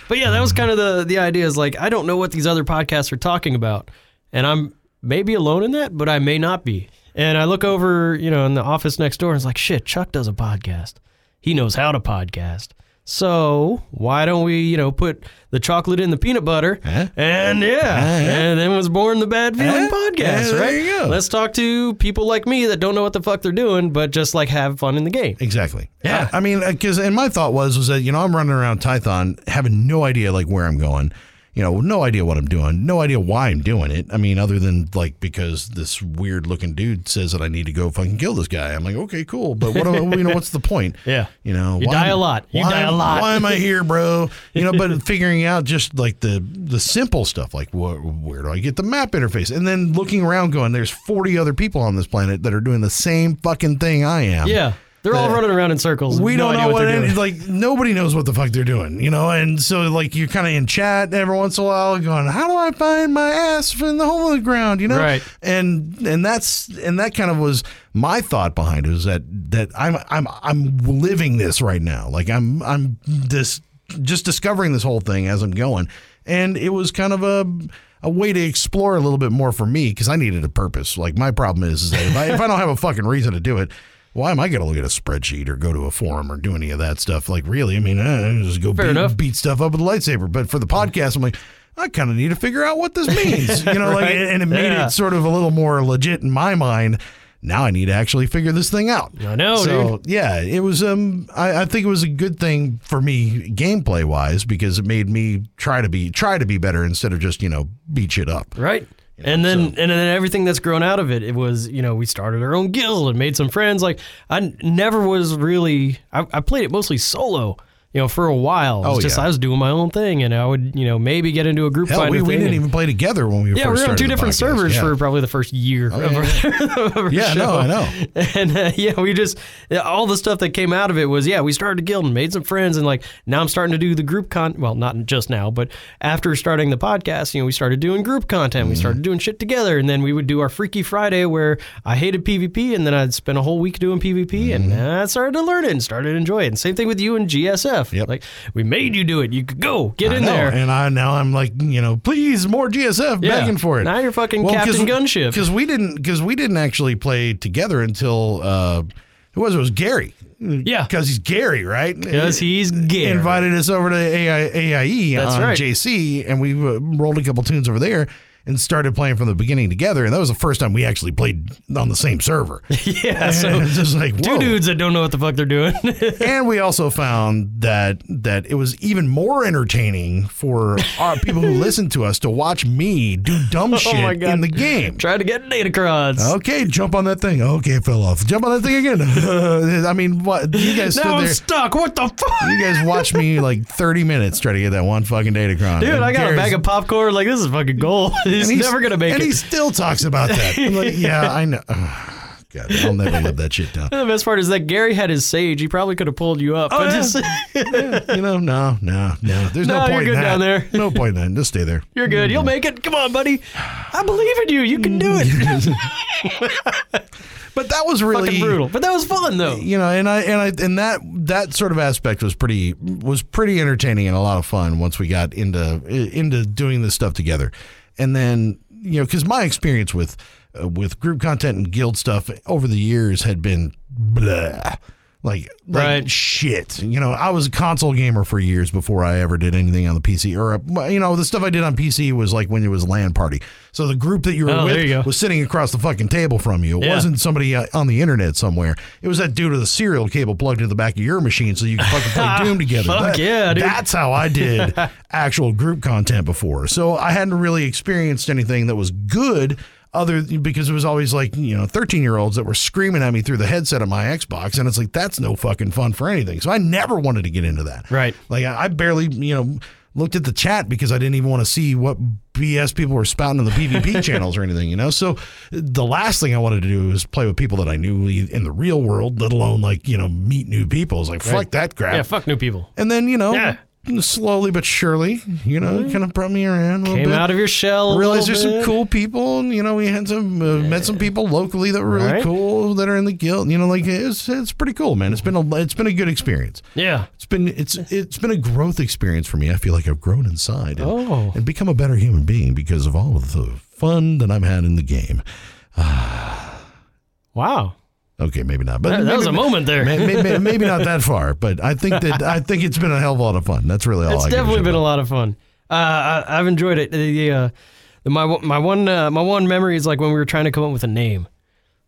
Speaker 2: But yeah, that was kind of the the idea. Is like I don't know what these other podcasts are talking about, and I'm maybe alone in that, but I may not be. And I look over, you know, in the office next door, and it's like, shit, Chuck does a podcast. He knows how to podcast. So why don't we, you know, put the chocolate in the peanut butter,
Speaker 1: Huh?
Speaker 2: and yeah, and then was born the Bad Feeling
Speaker 1: Huh? Yeah,
Speaker 2: podcast,
Speaker 1: there
Speaker 2: right?
Speaker 1: you go.
Speaker 2: Let's talk to people like me that don't know what the fuck they're doing, but just like have fun in the game.
Speaker 1: Exactly.
Speaker 2: Yeah.
Speaker 1: uh, I, I mean, because and my thought was was that you know I'm running around Tython having no idea like where I'm going. you know, no idea what I'm doing, no idea why I'm doing it. I mean, other than like because this weird looking dude says that I need to go fucking kill this guy. I'm like, okay, cool, but what? am I- you know, what's the point?
Speaker 2: Yeah.
Speaker 1: you know,
Speaker 2: You die a lot. You
Speaker 1: why-
Speaker 2: die a lot.
Speaker 1: Why am I here, bro? You know, but figuring out just like the the simple stuff, like wh- where do I get the map interface, and then looking around, going, there's 40 other people on this planet that are doing the same fucking thing I am.
Speaker 2: Yeah. They're all
Speaker 1: Uh,
Speaker 2: running around in circles.
Speaker 1: We
Speaker 2: No
Speaker 1: don't
Speaker 2: idea
Speaker 1: know what,
Speaker 2: they're
Speaker 1: any,
Speaker 2: doing.
Speaker 1: like nobody knows what the fuck they're doing, you know. And so like you're kind of in chat every once in a while, going, "How do I find my ass in the hole in the ground?" You know,
Speaker 2: Right.
Speaker 1: And and that's and that kind of was my thought behind it is that that I'm I'm I'm living this right now. Like I'm I'm this just discovering this whole thing as I'm going, and it was kind of a. A way to explore a little bit more for me because I needed a purpose. Like my problem is, is that if I, if I don't have a fucking reason to do it, why am I going to look at a spreadsheet or go to a forum or do any of that stuff? Like, really? I mean, eh, just go
Speaker 2: Fair
Speaker 1: beat,
Speaker 2: enough.
Speaker 1: beat stuff up with a lightsaber. But for the podcast, I'm like, I kind of need to figure out what this means, you know. Like,
Speaker 2: Right?
Speaker 1: and it made
Speaker 2: Yeah.
Speaker 1: it sort of a little more legit in my mind. Now I need to actually figure this thing out.
Speaker 2: I know,
Speaker 1: So yeah, it was. Um, I, I think it was a good thing for me gameplay wise because it made me try to be try to be better instead of just you know beat shit up.
Speaker 2: Right. and then and then everything that's grown out of it, it was, you know, we started our own guild and made some friends. Like I n- never was really I, I played it mostly solo, you know, for a while. It was
Speaker 1: Oh,
Speaker 2: just
Speaker 1: yeah.
Speaker 2: I was doing my own thing and I would, you know, maybe get into a group
Speaker 1: Hell,
Speaker 2: fight
Speaker 1: we,
Speaker 2: or
Speaker 1: we
Speaker 2: thing
Speaker 1: didn't
Speaker 2: and-
Speaker 1: even play together when we
Speaker 2: yeah, we
Speaker 1: first
Speaker 2: were on
Speaker 1: started
Speaker 2: two
Speaker 1: the
Speaker 2: different
Speaker 1: podcast.
Speaker 2: servers
Speaker 1: Yeah. Oh,
Speaker 2: for probably the first year. of
Speaker 1: yeah,
Speaker 2: our- of our
Speaker 1: Yeah, no,
Speaker 2: show.
Speaker 1: I know.
Speaker 2: And uh, yeah, we just yeah, all the stuff that came out of it was yeah, we started a guild and made some friends, and like now I'm starting to do the group con. Well, not just now, but after starting the podcast, you know, we started doing group content.
Speaker 1: Mm-hmm.
Speaker 2: We started doing shit together, and then we would do our Freaky Friday where I hated PvP, and then I'd spend a whole week doing PvP, and
Speaker 1: Mm-hmm.
Speaker 2: uh, I started to learn it and started to enjoy it. And same thing with you and GSF.
Speaker 1: Yep.
Speaker 2: Like we made you do it. You could go get
Speaker 1: I
Speaker 2: in
Speaker 1: know,
Speaker 2: there.
Speaker 1: And I now I'm like, you know, please more GSF
Speaker 2: Yeah.
Speaker 1: begging for it.
Speaker 2: Now you're fucking Captain Gunship.
Speaker 1: Because we didn't because we didn't actually play together until uh who was it? It was Gary.
Speaker 2: yeah.
Speaker 1: Because he's Gary, right?
Speaker 2: Because he's gay.
Speaker 1: invited us over to AI, AIE
Speaker 2: That's
Speaker 1: E on
Speaker 2: right.
Speaker 1: JC, and we uh, rolled a couple tunes over there and started playing from the beginning together. And that was the first time we actually played on the same server.
Speaker 2: Yeah,
Speaker 1: And
Speaker 2: so
Speaker 1: it's just like,
Speaker 2: two
Speaker 1: whoa.
Speaker 2: dudes that don't know what the fuck they're doing.
Speaker 1: and we also found that that it was even more entertaining for our people who listen to us to watch me do dumb shit
Speaker 2: Oh my God.
Speaker 1: in the game.
Speaker 2: Try to get Datacrons.
Speaker 1: Okay, jump on that thing. Okay, it fell off. Jump on that thing again. I mean, what you guys stood
Speaker 2: now I'm
Speaker 1: there?
Speaker 2: stuck. What the fuck?
Speaker 1: you guys watched me like 30 minutes try to get that one fucking datacron.
Speaker 2: Dude, I got a bag of popcorn. Like, this is fucking gold. He's, never going to make
Speaker 1: and he
Speaker 2: it.
Speaker 1: still talks about that. I'm like, yeah, I know. God, I'll never live that shit down.
Speaker 2: The best part is that Gary had his sage. He probably could have pulled you up. but
Speaker 1: Oh, yeah.
Speaker 2: just-
Speaker 1: You know, no, no, no. There's no,
Speaker 2: No, you're
Speaker 1: point in
Speaker 2: good
Speaker 1: that.
Speaker 2: down there.
Speaker 1: No point in that. Just stay there.
Speaker 2: you're good. You'll make it. Come on, buddy. I believe in you. You can do it.
Speaker 1: But that was really
Speaker 2: fucking brutal. But that was fun, though.
Speaker 1: You know, and I and I and that that sort of aspect was pretty was pretty entertaining and a lot of fun once we got into into doing this stuff together, and then you know because my experience with uh, with group content and guild stuff over the years had been blah. Like, like
Speaker 2: Right.
Speaker 1: shit. You know, I was a console gamer for years before I ever did anything on the PC. Or, uh, you know, the stuff I did on PC was like when it was LAN party. So the group that you were
Speaker 2: Oh,
Speaker 1: with
Speaker 2: there you go.
Speaker 1: was sitting across the fucking table from you. It
Speaker 2: Yeah.
Speaker 1: wasn't somebody uh, on the internet somewhere. It was that dude with a serial cable plugged into the back of your machine so you could fucking play Doom together.
Speaker 2: Fuck
Speaker 1: That-
Speaker 2: yeah, dude.
Speaker 1: That's how I did actual group content before. So I hadn't really experienced anything that was good other because it was always like, you know, 13 year olds that were screaming at me through the headset of my Xbox. And it's like, that's no fucking fun for anything. So I never wanted to get into that.
Speaker 2: Right.
Speaker 1: Like I I barely, you know, looked at the chat because I didn't even want to see what BS people were spouting on the PvP channels or anything, you know. So the last thing I wanted to do was play with people that I knew e- in the real world, let alone like you know meet new people. It's like fuck that crap.
Speaker 2: Yeah, fuck new people.
Speaker 1: and then you know.
Speaker 2: Yeah. Mm-hmm.
Speaker 1: Slowly but surely, you know, kind of brought me around a little
Speaker 2: Came
Speaker 1: bit.
Speaker 2: out of your shell. a
Speaker 1: Realized
Speaker 2: little
Speaker 1: there's some
Speaker 2: bit.
Speaker 1: cool people, and you know, we had some uh, met some people locally that were really
Speaker 2: Right.
Speaker 1: cool that are in the guild. You know, like it's it's pretty cool, man. It's been a it's been a good experience.
Speaker 2: Yeah.
Speaker 1: It's been it's it's been a growth experience for me. I feel like I've grown inside and,
Speaker 2: Oh.
Speaker 1: and become a better human being because of all of the fun that I've had in the game.
Speaker 2: Wow.
Speaker 1: Okay, maybe not, but
Speaker 2: That, that was a
Speaker 1: maybe-
Speaker 2: moment there.
Speaker 1: may- may- may- Maybe, not that far, but I think that I think it's been a hell of a lot of fun. That's really all.
Speaker 2: It's
Speaker 1: Oh, I
Speaker 2: definitely been a lot of fun. Uh, I, I've enjoyed it. The, uh, the- my one- my one uh, my one memory is like when we were trying to come up with a name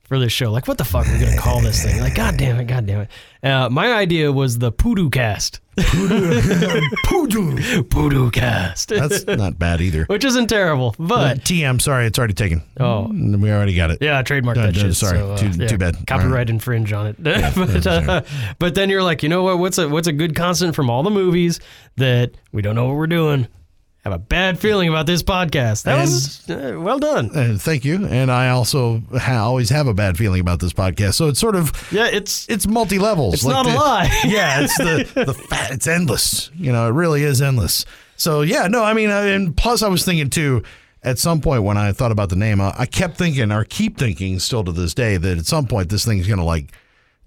Speaker 2: for this show. Like, what the fuck are we gonna call this thing? Like, god damn it, god damn it. Uh, my idea was the Poodoo Cast.
Speaker 1: Poodoo.
Speaker 2: Poodoo Cast,
Speaker 1: That's not bad either.
Speaker 2: which isn't terrible, but
Speaker 1: TM, sorry, it's already taken. Mm,
Speaker 2: Oh.
Speaker 1: we already got it.
Speaker 2: Yeah, I trademarked
Speaker 1: Done,
Speaker 2: that
Speaker 1: done,
Speaker 2: shit.
Speaker 1: sorry.
Speaker 2: so, uh,
Speaker 1: Too- too bad.
Speaker 2: Copyright
Speaker 1: Alright.
Speaker 2: infringe on it. but, uh, but then you're like, you know what? What's a what's a good constant from all the movies that we don't know what we're doing? Have a bad feeling about this podcast. That
Speaker 1: And-
Speaker 2: was uh, well done.
Speaker 1: And thank you. And I also ha- always have a bad feeling about this podcast. So it's sort of
Speaker 2: Yeah, it's
Speaker 1: it's multi levels.
Speaker 2: It's not a lie.
Speaker 1: yeah, it's the the fat. It's endless. You know, it really is endless. So yeah, no, I mean, I- and plus I was thinking too. At some point when I thought about the name, I, I kept thinking, or keep thinking, still to this day, that at some point this thing's gonna like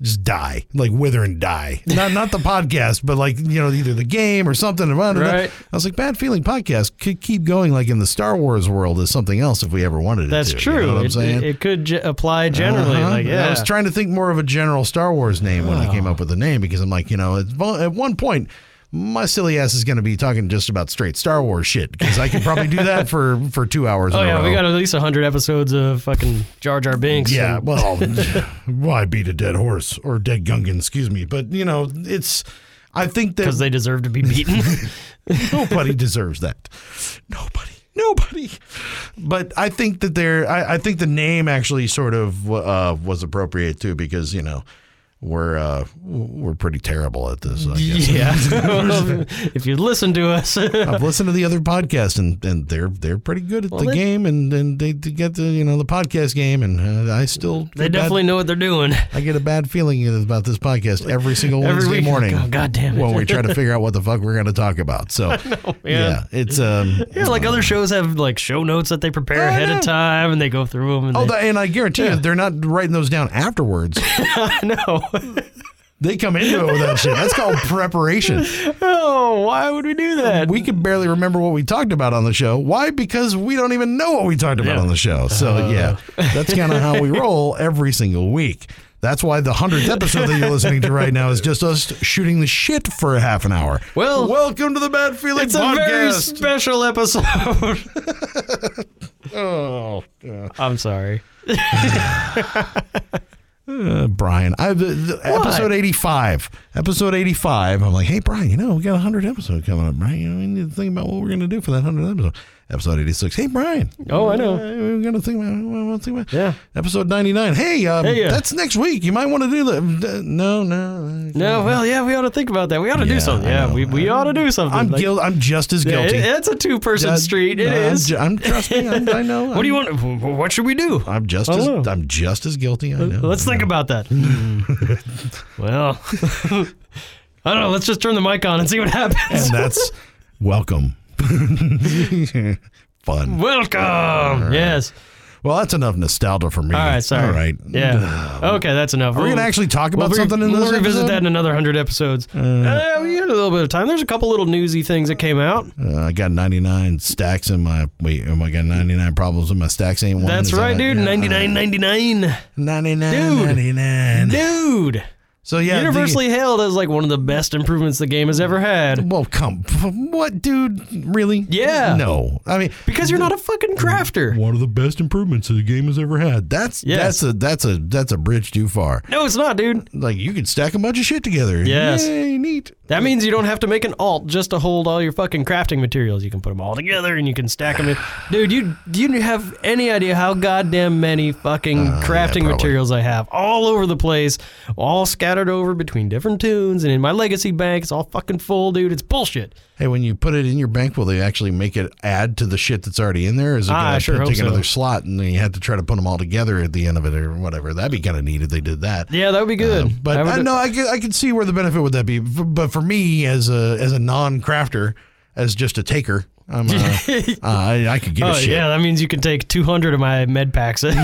Speaker 1: just die, like wither and die. Not not the podcast, but like you know, either the game or something.
Speaker 2: Right.
Speaker 1: I was like, bad feeling podcast could keep going, like in the Star Wars world, as something else if we ever wanted it.
Speaker 2: that's
Speaker 1: to,
Speaker 2: true.
Speaker 1: You know what I'm
Speaker 2: it,
Speaker 1: saying?
Speaker 2: it- it could ge- apply generally.
Speaker 1: Uh-huh.
Speaker 2: Like, yeah,
Speaker 1: I was trying to think more of a general Star Wars name when I came up with the name because I'm like, you know, at, vo- at one point, my silly ass is going to be talking just about straight Star Wars shit because I could probably do that for for two hours.
Speaker 2: Oh
Speaker 1: in
Speaker 2: yeah,
Speaker 1: a
Speaker 2: we
Speaker 1: row.
Speaker 2: got at least hundred episodes of fucking Jar Jar Binks.
Speaker 1: Yeah,
Speaker 2: and-
Speaker 1: well, why beat a dead horse or dead Gungan? Excuse me, but you know, it's. I think that
Speaker 2: because they deserve to be beaten.
Speaker 1: Nobody deserves that. Nobody. Nobody. But I think that they're, I, I think the name actually sort of uh, was appropriate too because, you know, we're uh, we're pretty terrible at this. I guess.
Speaker 2: yeah, if you listen to us,
Speaker 1: I've listened to the other podcast and, and they're they're pretty good at the
Speaker 2: they-
Speaker 1: game and, and they they get the you know the podcast game and uh, I still get
Speaker 2: they
Speaker 1: a bad-
Speaker 2: definitely know what they're doing.
Speaker 1: I get a bad feeling about this podcast every single
Speaker 2: Every
Speaker 1: Wednesday
Speaker 2: week.
Speaker 1: morning.
Speaker 2: Oh, God damn it.
Speaker 1: When we try to figure out what the fuck we're going to talk about. So yeah, it's um
Speaker 2: Yeah, like other shows have like show notes that they prepare
Speaker 1: I
Speaker 2: ahead
Speaker 1: know.
Speaker 2: of time and they go through them. And
Speaker 1: Oh,
Speaker 2: they,
Speaker 1: that, and I guarantee you, they're not writing those down afterwards.
Speaker 2: no!
Speaker 1: they come into it with that shit. That's called preparation.
Speaker 2: oh, why would we do that?
Speaker 1: We can barely remember what we talked about on the show. Why? Because we don't even know what we talked about
Speaker 2: Yeah. Uh-huh.
Speaker 1: on the show. So yeah, that's kind of how we roll every single week. That's why the hundredth episode that you're listening to right now is just us shooting the shit for a half an hour.
Speaker 2: Well,
Speaker 1: welcome to the Bad Feeling
Speaker 2: it's a very
Speaker 1: Podcast.
Speaker 2: special episode.
Speaker 1: oh, God.
Speaker 2: I'm sorry.
Speaker 1: Uh, Brian, I the, the episode eighty five, episode eighty five. I'm like, hey Brian, you know we got a hundred episode coming up, right? You know, we need to think about what we're gonna do for that hundred episode. Episode eighty six. Hey Brian.
Speaker 2: Oh, I know.
Speaker 1: Uh, we're gonna think about. we wanna think about.
Speaker 2: Yeah.
Speaker 1: Episode ninety nine. Hey, um,
Speaker 2: Hey, uh, yeah.
Speaker 1: that's next week. You might want to do that. Uh, No, no.
Speaker 2: No, well, yeah, we ought to think about that. We ought to
Speaker 1: Yeah,
Speaker 2: do something.
Speaker 1: I
Speaker 2: Yeah,
Speaker 1: know.
Speaker 2: we, we ought to do something.
Speaker 1: I'm
Speaker 2: Like,
Speaker 1: guilty. I'm just as
Speaker 2: yeah, it-
Speaker 1: guilty.
Speaker 2: it's a two person
Speaker 1: Uh,
Speaker 2: street. It
Speaker 1: I'm
Speaker 2: is.
Speaker 1: ju- I'm, trust me. I'm, I know.
Speaker 2: what do you want? wh- wh- What should we do?
Speaker 1: I'm just
Speaker 2: I
Speaker 1: as
Speaker 2: don't know.
Speaker 1: I'm just as guilty. I know.
Speaker 2: Let's think about that. well, I don't know. Let's just turn the mic on and see what happens.
Speaker 1: and that's welcome. Fun.
Speaker 2: Welcome. Yes.
Speaker 1: Well, that's enough nostalgia for me.
Speaker 2: All right, sorry.
Speaker 1: All right.
Speaker 2: Yeah. okay, that's enough.
Speaker 1: Are we gonna actually talk about something in
Speaker 2: we'll
Speaker 1: this
Speaker 2: revisit
Speaker 1: episode?
Speaker 2: that in another hundred episodes. Uh, we had a little bit of time. There's a couple little newsy things that came out.
Speaker 1: Uh, I got 99 stacks in my. Wait, am I got 99 problems in my stacks? Ain't one.
Speaker 2: That's
Speaker 1: Is that
Speaker 2: right,
Speaker 1: it?
Speaker 2: dude.
Speaker 1: Yeah.
Speaker 2: Ninety nine, ninety nine,
Speaker 1: 99.
Speaker 2: Dude.
Speaker 1: 99.
Speaker 2: dude.
Speaker 1: So yeah. the-
Speaker 2: Universally hailed as like one of the best improvements the game has ever had.
Speaker 1: well, come. What, dude? Really?
Speaker 2: Yeah.
Speaker 1: No. I mean.
Speaker 2: Because you're not a fucking crafter.
Speaker 1: One of the best improvements the game has ever had. That's
Speaker 2: Yes.
Speaker 1: that's a that's a that's a bridge too far.
Speaker 2: No, it's not, dude.
Speaker 1: Like you can stack a bunch of shit together.
Speaker 2: Yes.
Speaker 1: Yay, neat.
Speaker 2: That means you don't have to make an alt just to hold all your fucking crafting materials. You can put them all together and you can stack them in. Dude, you do you have any idea how goddamn many fucking
Speaker 1: Uh,
Speaker 2: crafting
Speaker 1: probably.
Speaker 2: materials I have all over the place, all scattered over between different tunes and in my legacy bank, it's all fucking full, dude. It's bullshit.
Speaker 1: Hey, when you put it in your bank, will they actually make it add to the shit that's already in there? Or is it
Speaker 2: Ah, I
Speaker 1: going
Speaker 2: sure
Speaker 1: to
Speaker 2: hope
Speaker 1: take
Speaker 2: so.
Speaker 1: another slot and then you have to try to put them all together at the end of it or whatever? That'd be kind of neat if they did that.
Speaker 2: Yeah, that would be good.
Speaker 1: Uh, But
Speaker 2: I would-
Speaker 1: I know I could, I could see where the benefit would that be. F- But for me, as a as a non crafter, as just a taker, I'm uh, uh, I, I could give
Speaker 2: Oh
Speaker 1: a shit.
Speaker 2: yeah, that means you can take 200 of my med packs at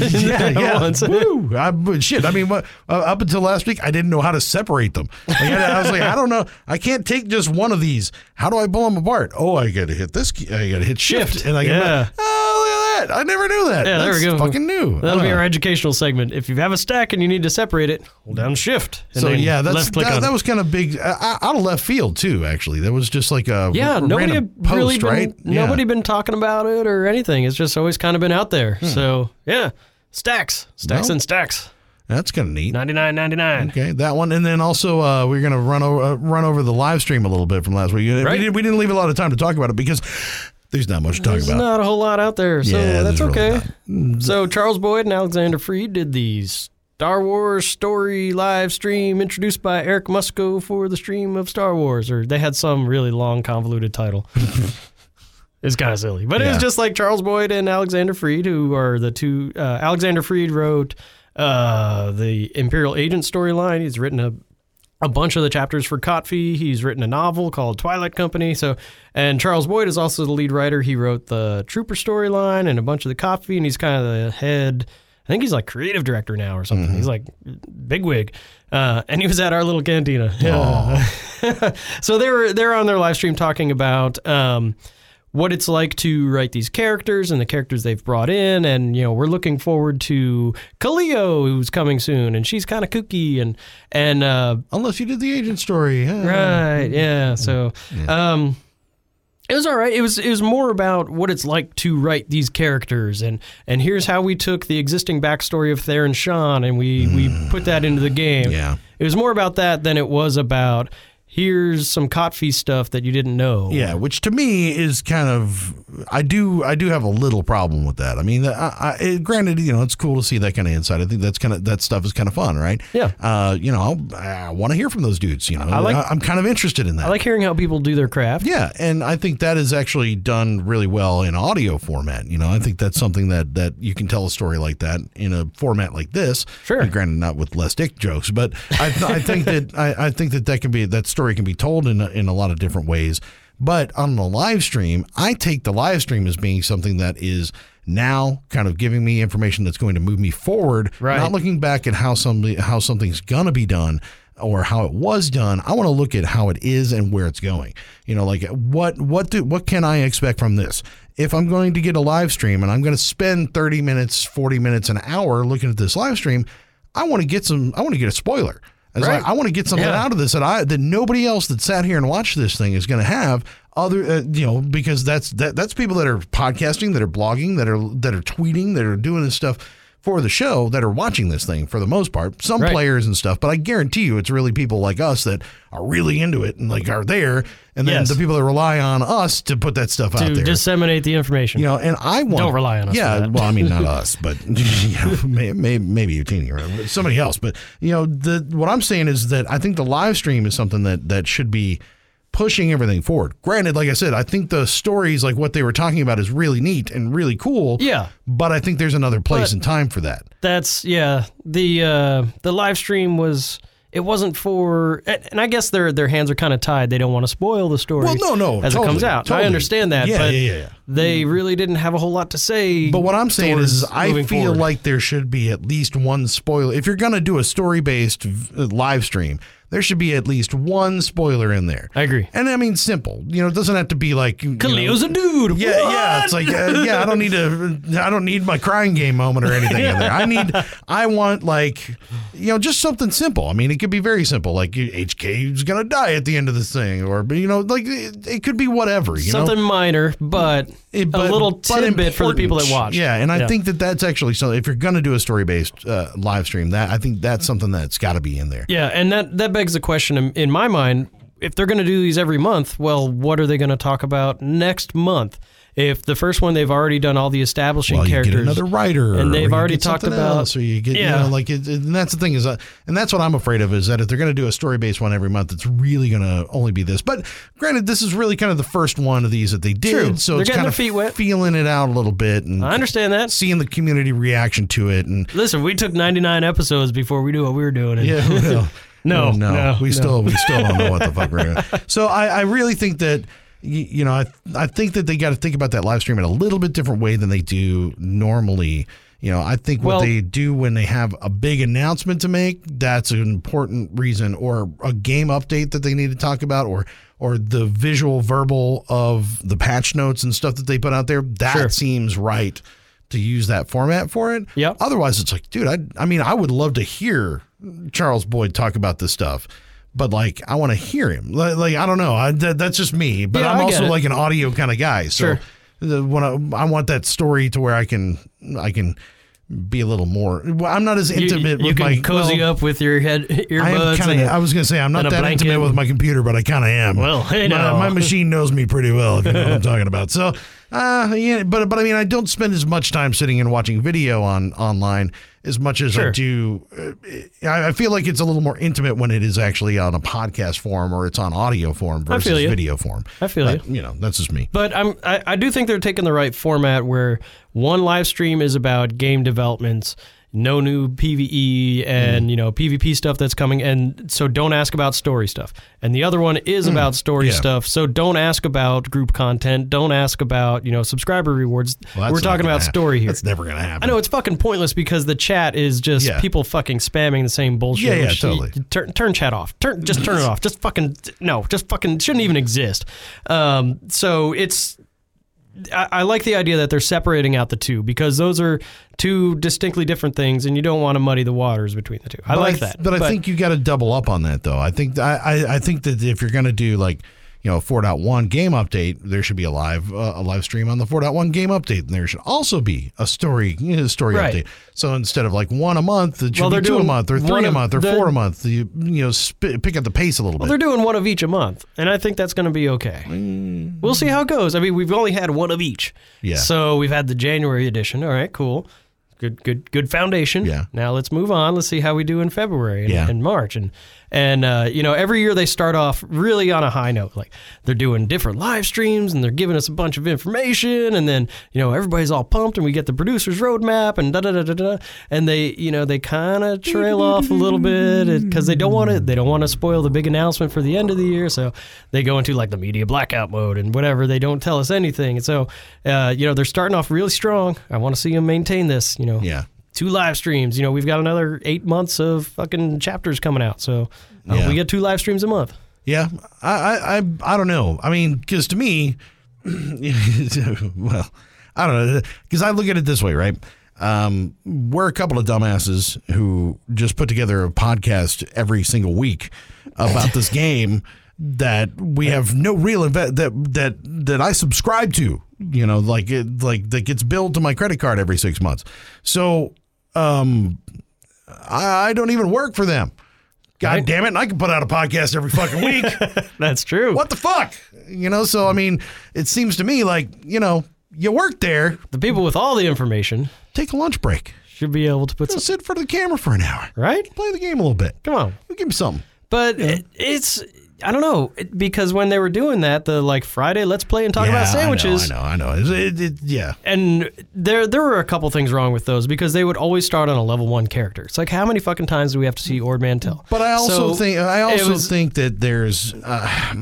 Speaker 2: once.
Speaker 1: Woo. I, but shit. I mean, what, uh, up until last week, I didn't know how to separate them. Like, I, I was like, I don't know. I can't take just one of these. How do I pull them apart? Oh, I got to hit this. key- I got to hit shift.
Speaker 2: Shift.
Speaker 1: And I
Speaker 2: Yeah.
Speaker 1: yeah. Oh, look at that. I never knew that.
Speaker 2: Yeah, there
Speaker 1: That's
Speaker 2: we go.
Speaker 1: Fucking new.
Speaker 2: That'll be
Speaker 1: Oh.
Speaker 2: our educational segment. If you have a stack and you need to separate it, hold down shift. And
Speaker 1: So
Speaker 2: then
Speaker 1: yeah, that's
Speaker 2: left click on
Speaker 1: that,
Speaker 2: it.
Speaker 1: that was kind of big uh, out of left field too. Actually, that was just like a
Speaker 2: Yeah,
Speaker 1: r-
Speaker 2: nobody
Speaker 1: random
Speaker 2: had really
Speaker 1: post,
Speaker 2: been
Speaker 1: right? Yeah.
Speaker 2: nobody been talking about it or anything. It's just always kind of been out there. So yeah, Stacks, stacks,
Speaker 1: Hmm. No.
Speaker 2: and stacks.
Speaker 1: That's kind of neat.
Speaker 2: Ninety nine, ninety nine.
Speaker 1: Okay, that one, and then also uh, we're gonna run over uh, run over the live stream a little bit from last week.
Speaker 2: Right.
Speaker 1: We, did, we didn't leave a lot of time to talk about it because there's not much to talk
Speaker 2: There's
Speaker 1: about.
Speaker 2: not a whole lot out there, so
Speaker 1: Yeah,
Speaker 2: that's
Speaker 1: there's really Hmm.
Speaker 2: okay. so Charles Boyd and Alexander Freed did the Star Wars story live stream introduced by Eric Musko for the stream of Star Wars, or they had some really long, convoluted title. it's kind of silly, but it
Speaker 1: Yeah.
Speaker 2: was just like Charles Boyd and Alexander Freed, who are the two. Uh, Alexander Freed wrote uh, the Imperial Agent storyline. He's written a a bunch of the chapters for Kotfi. He's written a novel called Twilight Company. So, and Charles Boyd is also the lead writer. He wrote the Trooper storyline and a bunch of the Kotfi, and he's kind of the head. I think he's like creative director now or something. He's like bigwig, uh, and he was at our little cantina. Yeah. so they were they're on their live stream talking about. Um, what it's like to write these characters and the characters they've brought in. And, you know, we're looking forward to Kaleo, who's coming soon, and she's kind of kooky. And, and, uh,
Speaker 1: Unless you did the agent story, huh?
Speaker 2: right. Yeah. So, um, it was all right. It was it was more about what it's like to write these characters, and and here's how we took the existing backstory of Theron Sean and we we put that into the game.
Speaker 1: Mm. Yeah.
Speaker 2: It was more about that than it was about here's some Kotfi stuff that you didn't know.
Speaker 1: Yeah, which to me is kind of I do I do have a little problem with that. I mean, I, I, it, granted, you know, it's cool to see that kind of insight. I think that's kind of that stuff is kind of fun, right?
Speaker 2: Yeah.
Speaker 1: Uh, you know, I want to hear from those dudes. You know, I
Speaker 2: like-
Speaker 1: I'm kind of interested in that.
Speaker 2: I like hearing how people do their craft.
Speaker 1: Yeah, and I think that is actually done really well in audio format. You know, I think that's something that that you can tell a story like that in a format like this.
Speaker 2: Sure.
Speaker 1: And granted, not with less dick jokes, but I, th- I think that I, I think that that can be that story can be told in a, in a lot of different ways. But on the live stream, I take the live stream as being something that is now kind of giving me information that's going to move me forward,
Speaker 2: Right.
Speaker 1: not looking back at how somebody how something's gonna be done or how it was done. I want to look at how it is and where it's going. You know, like what what do what can I expect from this? If I'm going to get a live stream and I'm going to spend 30 minutes, 40 minutes, an hour looking at this live stream, I want to get some I want to get a spoiler. It's like, I want to get something
Speaker 2: Yeah.
Speaker 1: out of this that I that nobody else that sat here and watched this thing is going to have other uh, you know because that's that, that's people that are podcasting that are blogging that are that are tweeting that are doing this stuff for the show that are watching this thing for the most part some
Speaker 2: Right.
Speaker 1: players and stuff but I guarantee you it's really people like us that are really into it and like are there and then
Speaker 2: Yes.
Speaker 1: the people that rely on us to put that stuff out
Speaker 2: to
Speaker 1: there
Speaker 2: disseminate the information.
Speaker 1: you know, and I want
Speaker 2: Don't rely on us
Speaker 1: Yeah,
Speaker 2: for that.
Speaker 1: well, I mean, not us, but you know, may, may, maybe Utini or whatever, somebody else. But you know, the what I'm saying is that I think the live stream is something that that should be pushing everything forward. Granted, like I said, I think the stories, like what they were talking about, is really neat and really cool.
Speaker 2: Yeah.
Speaker 1: but I think there's another place and time for that.
Speaker 2: That's yeah. The uh, the live stream was it wasn't for and and I guess their their hands are kind of tied. They don't want to spoil the story.
Speaker 1: Well, no, no,
Speaker 2: as
Speaker 1: totally,
Speaker 2: it comes out.
Speaker 1: totally.
Speaker 2: I understand that.
Speaker 1: Yeah,
Speaker 2: but
Speaker 1: yeah, yeah, yeah.
Speaker 2: They really didn't have a whole lot to say.
Speaker 1: But what I'm saying is, is
Speaker 2: towards
Speaker 1: I
Speaker 2: moving
Speaker 1: feel
Speaker 2: forward.
Speaker 1: like there should be at least one spoiler. If you're going to do a story based live stream, there should be at least one spoiler in there.
Speaker 2: I agree.
Speaker 1: And I mean, simple. You know, it doesn't have to be like. you know-
Speaker 2: Kaleo's a dude.
Speaker 1: yeah, yeah.
Speaker 2: What?
Speaker 1: It's like, uh, yeah, I don't need a, I don't need my crying game moment or anything in there. I need, I want like, you know, just something simple. I mean, it could be very simple, like you- HK is gonna die at the end of this thing, or but, you know, like it, it could be whatever. You know,
Speaker 2: something minor, but,
Speaker 1: it-
Speaker 2: a
Speaker 1: Eh, but-
Speaker 2: little
Speaker 1: but
Speaker 2: tidbit for the people that
Speaker 1: important.
Speaker 2: watch.
Speaker 1: Yeah, and I think that that's actually so. If you're going to do a story based uh, live stream, that I think that's something that's got to be in there.
Speaker 2: Yeah, and that that begs the question in, in my mind: if they're going to do these every month, well, what are they going to talk about next month? If the first one they've already done all the establishing
Speaker 1: Well, you
Speaker 2: characters,
Speaker 1: get another writer,
Speaker 2: and
Speaker 1: or
Speaker 2: they've
Speaker 1: you
Speaker 2: already
Speaker 1: get
Speaker 2: talked
Speaker 1: something
Speaker 2: about-
Speaker 1: else, or you get, yeah,
Speaker 2: Yeah.
Speaker 1: like, it, it- and that's the thing is, uh, and that's what I'm afraid of is that if they're going to do a story based one every month, it's really going to only be this. But granted, this is really kind of the first one of these that they did,
Speaker 2: True.
Speaker 1: so
Speaker 2: They're
Speaker 1: it's
Speaker 2: getting
Speaker 1: kind
Speaker 2: their
Speaker 1: of
Speaker 2: feet wet.
Speaker 1: feeling it out a little bit and
Speaker 2: I understand that.
Speaker 1: seeing the community reaction to it, and
Speaker 2: Listen, we took 99 episodes before we knew what we were doing. and-
Speaker 1: Yeah, well,
Speaker 2: No,
Speaker 1: no,
Speaker 2: no,
Speaker 1: We
Speaker 2: no.
Speaker 1: still, we still don't know what the fuck we're doing. So I, I really think that, y- you know, I, I think that they got to think about that live stream in a little bit different way than they do normally. You know, I think what
Speaker 2: Well-
Speaker 1: they do when they have a big announcement to make, that's an important reason, or a game update that they need to talk about, or or the visual verbal of the patch notes and stuff that they put out there. That
Speaker 2: Sure.
Speaker 1: seems right to use that format for it.
Speaker 2: Yep.
Speaker 1: Otherwise, it's like, dude, I, I mean, I would love to hear Charles Boyd talk about this stuff, but like, I want to hear him. Like, like, I don't know. I, that, that's just me, but
Speaker 2: Yeah,
Speaker 1: I'm
Speaker 2: I get
Speaker 1: also
Speaker 2: it.
Speaker 1: like an audio kind of guy. So
Speaker 2: Sure.
Speaker 1: the, when I, I want that story to where I can, I can be a little more. Well, I'm not as intimate
Speaker 2: you
Speaker 1: with
Speaker 2: can
Speaker 1: my
Speaker 2: cozy
Speaker 1: well,
Speaker 2: up with your head
Speaker 1: I am
Speaker 2: earbuds.
Speaker 1: kind
Speaker 2: and
Speaker 1: of.
Speaker 2: a-
Speaker 1: I was gonna say I'm
Speaker 2: and
Speaker 1: not
Speaker 2: a
Speaker 1: that
Speaker 2: blanket.
Speaker 1: intimate with my computer, but I kind of am.
Speaker 2: Well, hey,
Speaker 1: my,
Speaker 2: now.
Speaker 1: my machine knows me pretty well. If you know what I'm talking about. So, uh, yeah, but but I mean, I don't spend as much time sitting and watching video on online as much as I
Speaker 2: Sure.
Speaker 1: do. Uh, I, I feel like it's a little more intimate when it is actually on a podcast form or it's on audio form
Speaker 2: I
Speaker 1: versus
Speaker 2: feel you.
Speaker 1: video form.
Speaker 2: I feel you.
Speaker 1: But, you know, that's just me.
Speaker 2: But I'm, I, I do think they're taking the right format where one live stream is about game developments, no new PVE
Speaker 1: Mm.
Speaker 2: and you know PvP stuff that's coming, and so don't ask about story stuff. And the other one is about story
Speaker 1: Mm. yeah.
Speaker 2: stuff, so don't ask about group content, don't ask about you know subscriber rewards.
Speaker 1: Well, that's
Speaker 2: We're
Speaker 1: not
Speaker 2: talking
Speaker 1: gonna
Speaker 2: about
Speaker 1: hap-
Speaker 2: story here.
Speaker 1: That's never gonna happen.
Speaker 2: I know it's fucking pointless because the chat is just
Speaker 1: Yeah.
Speaker 2: people fucking spamming the same bullshit.
Speaker 1: Yeah, yeah,
Speaker 2: which you-
Speaker 1: totally.
Speaker 2: you turn, turn chat off. Turn, just turn it off. Just fucking no. Just fucking shouldn't even exist. Um, so it's. I, I like the idea that they're separating out the two because those are two distinctly different things, and you don't want to muddy the waters between the two. I
Speaker 1: But
Speaker 2: like
Speaker 1: th-
Speaker 2: that.
Speaker 1: But, I think you got to double up on that though. I think I, I, I think that if you're going to do like you know 4.1 game update, there should be a live uh, a live stream on the 4.1 game update, and there should also be a story you know, story
Speaker 2: Right.
Speaker 1: update. So instead of like one a month, it should
Speaker 2: Well,
Speaker 1: be
Speaker 2: they're
Speaker 1: two a
Speaker 2: doing
Speaker 1: month or
Speaker 2: one
Speaker 1: three a
Speaker 2: of
Speaker 1: month or
Speaker 2: the-
Speaker 1: four a month. You you know sp- pick up the pace a little
Speaker 2: Well,
Speaker 1: bit.
Speaker 2: they're doing one of each a month, and I think that's going to be okay. We'll see how it goes. I mean, we've only had one of each.
Speaker 1: Mm. Yeah.
Speaker 2: So we've had the January edition. All right, cool. Good, good, good foundation.
Speaker 1: Yeah.
Speaker 2: Now let's move on. Let's see how we do in February and,
Speaker 1: Yeah.
Speaker 2: and March. And and uh, you know, every year they start off really on a high note. Like they're doing different live streams and they're giving us a bunch of information. And then you know everybody's all pumped and we get the producers roadmap and da da da da da. And they you know they kind of trail off a little bit because they don't want to they don't want to spoil the big announcement for the end of the year. So they go into like the media blackout mode and whatever. They don't tell us anything. And so uh, you know they're starting off really strong. I want to see them maintain this. You know
Speaker 1: yeah.
Speaker 2: two live streams. You know, we've got another eight months of fucking chapters coming out. So I hope
Speaker 1: Yeah.
Speaker 2: we get two live streams a month.
Speaker 1: Yeah, I, I, I, I don't know. I mean, because to me, well, I don't know. Because I look at it this way, right? Um, we're a couple of dumbasses who just put together a podcast every single week about this game that we have no real inve- that that that I subscribe to. You know, like it, like that gets billed to my credit card every six months. So, um, I, I don't even work for them. God
Speaker 2: Right.
Speaker 1: damn it! And I can put out a podcast every fucking week.
Speaker 2: That's true.
Speaker 1: what the fuck? You know, so I mean, it seems to me like, you know, you work there,
Speaker 2: The people with all the information
Speaker 1: take a lunch break,
Speaker 2: should be able to put
Speaker 1: go
Speaker 2: some,
Speaker 1: sit in front of the camera for an hour,
Speaker 2: right?
Speaker 1: play the game a little bit.
Speaker 2: Come on.
Speaker 1: Give me something.
Speaker 2: But it, it's, I don't know, it- because when they were doing that, the like Friday, let's play and talk about sandwiches.
Speaker 1: I know, I know. I know. It's- it- it- yeah.
Speaker 2: And there, there were a couple things wrong with those because they would always start on a level one character. It's like, how many fucking times do we have to see Ord Mantell?
Speaker 1: But I also
Speaker 2: So
Speaker 1: think I
Speaker 2: it
Speaker 1: also
Speaker 2: was-
Speaker 1: think that there's uh,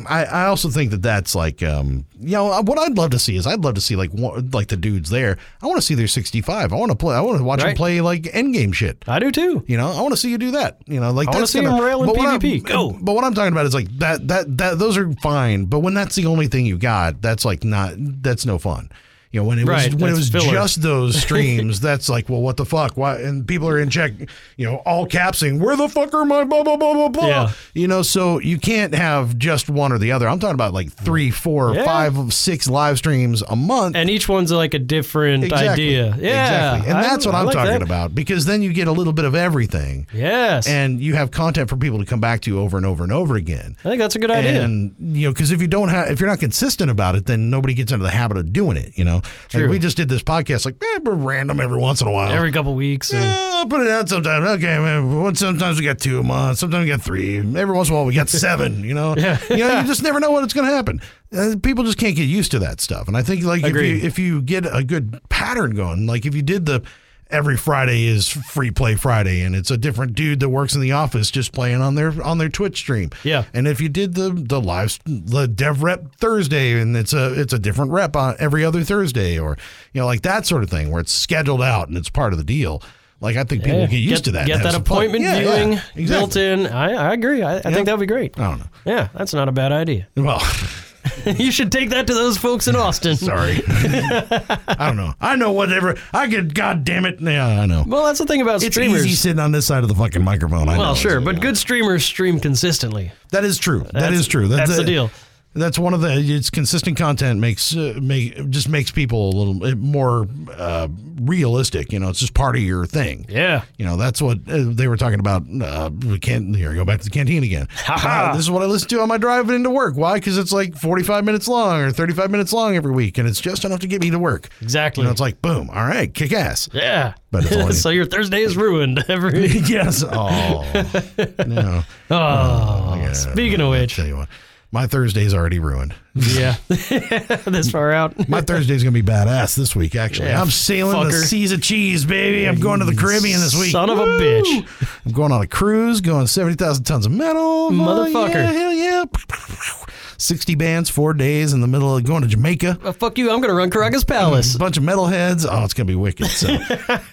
Speaker 1: I, I also think that that's like um you know what I'd love to see is I'd love to see like one, like the dudes there I want to see their 65 I want to play I want to watch them
Speaker 2: Right.
Speaker 1: play like endgame shit
Speaker 2: I do too.
Speaker 1: You know, I want to see you do that. You know, like
Speaker 2: I wanna
Speaker 1: that's
Speaker 2: see
Speaker 1: gonna,
Speaker 2: him rail in
Speaker 1: but what I'm-
Speaker 2: PvP. Go.
Speaker 1: But what I'm talking about is like that that that those are fine. But when that's the only thing you got, that's like not that's no fun. You know, when it
Speaker 2: Right,
Speaker 1: was when it
Speaker 2: that's
Speaker 1: was
Speaker 2: filler.
Speaker 1: just those streams, that's like, well, what the fuck? Why? And people are in check, you know, all capsing. Where the fuck are my blah blah blah blah blah?
Speaker 2: Yeah.
Speaker 1: You know, so you can't have just one or the other. I'm talking about like three, four,
Speaker 2: Yeah.
Speaker 1: five, six live streams a month.
Speaker 2: And each one's like a different idea. Yeah.
Speaker 1: exactly. And
Speaker 2: I-
Speaker 1: that's what
Speaker 2: I
Speaker 1: I'm
Speaker 2: like
Speaker 1: talking
Speaker 2: that.
Speaker 1: about because then you get a little bit of everything
Speaker 2: Yes.
Speaker 1: and you have content for people to come back to over and over and over again.
Speaker 2: I think that's a good idea.
Speaker 1: And you know, because if you don't have, if you're not consistent about it, then nobody gets into the habit of doing it. You know,
Speaker 2: True.
Speaker 1: like we just did this podcast like eh, we're random every once in a while.
Speaker 2: Every couple weeks. and-
Speaker 1: yeah, I'll put it out sometime. Okay, man. well, Sometimes we got two a month. Sometimes we got three. Every once in a while, we got seven. You know,
Speaker 2: Yeah.
Speaker 1: you know, you just never know when it's going to happen. Uh, people just can't get used to that stuff. And I think like if you,
Speaker 2: Agreed.
Speaker 1: if you get a good pattern going, like if you did the every Friday is free play Friday, and it's a different dude that works in the office just playing on their on their Twitch stream.
Speaker 2: Yeah.
Speaker 1: And if you did the the live the dev rep Thursday, and it's a it's a different rep on every other Thursday, or you know like that sort of thing where it's scheduled out and it's part of the deal. Like I think people
Speaker 2: Yeah.
Speaker 1: get used to that. and
Speaker 2: Get
Speaker 1: have
Speaker 2: that
Speaker 1: some fun.
Speaker 2: appointment
Speaker 1: Yeah, yeah,
Speaker 2: viewing
Speaker 1: exactly. Oh.
Speaker 2: built in. I, I agree. I, I think that would be great.
Speaker 1: I don't know.
Speaker 2: Yeah, that's not a bad idea.
Speaker 1: Well.
Speaker 2: you should take that to those folks in Austin.
Speaker 1: Sorry. I don't know. I know whatever. I could, God damn it. Yeah, I know.
Speaker 2: Well, that's the thing about
Speaker 1: it's
Speaker 2: streamers.
Speaker 1: easy sitting on this side of the fucking microphone. I
Speaker 2: well,
Speaker 1: know.
Speaker 2: sure, but good streamers stream consistently.
Speaker 1: That is true. That
Speaker 2: That's-
Speaker 1: is true.
Speaker 2: That's, the
Speaker 1: a-
Speaker 2: deal.
Speaker 1: That's one of the. It's consistent content makes uh, make just makes people a little bit more uh, realistic. You know, it's just part of your thing.
Speaker 2: Yeah.
Speaker 1: You know, that's what uh, they were talking about. Uh, we can't here. Go back to the canteen again. Uh, this is what I listen to on my drive into work. Why? Because it's like forty-five minutes long or thirty-five minutes long every week, and it's just enough to get me to work.
Speaker 2: Exactly.
Speaker 1: You know, it's like boom. All right, kick ass.
Speaker 2: yeah.
Speaker 1: But it's only-
Speaker 2: so your Thursday is ruined. Every
Speaker 1: yes. Oh no.
Speaker 2: oh,
Speaker 1: Yeah,
Speaker 2: speaking of which,
Speaker 1: tell you what, my Thursday's already ruined.
Speaker 2: yeah, this far out.
Speaker 1: My Thursday's gonna be badass this week. Actually,
Speaker 2: Yeah,
Speaker 1: I'm sailing the
Speaker 2: fucker.
Speaker 1: seas of cheese, baby. I'm going to the Caribbean this week.
Speaker 2: Son of a bitch.
Speaker 1: I'm going on a cruise, going seventy thousand tons of metal,
Speaker 2: Motherfucker.
Speaker 1: Oh, yeah, hell yeah. Sixty bands, four days in the middle of going to Jamaica.
Speaker 2: Uh, fuck you. I'm gonna run Caracas Palace.
Speaker 1: A bunch of metalheads. Oh, it's gonna be wicked. So,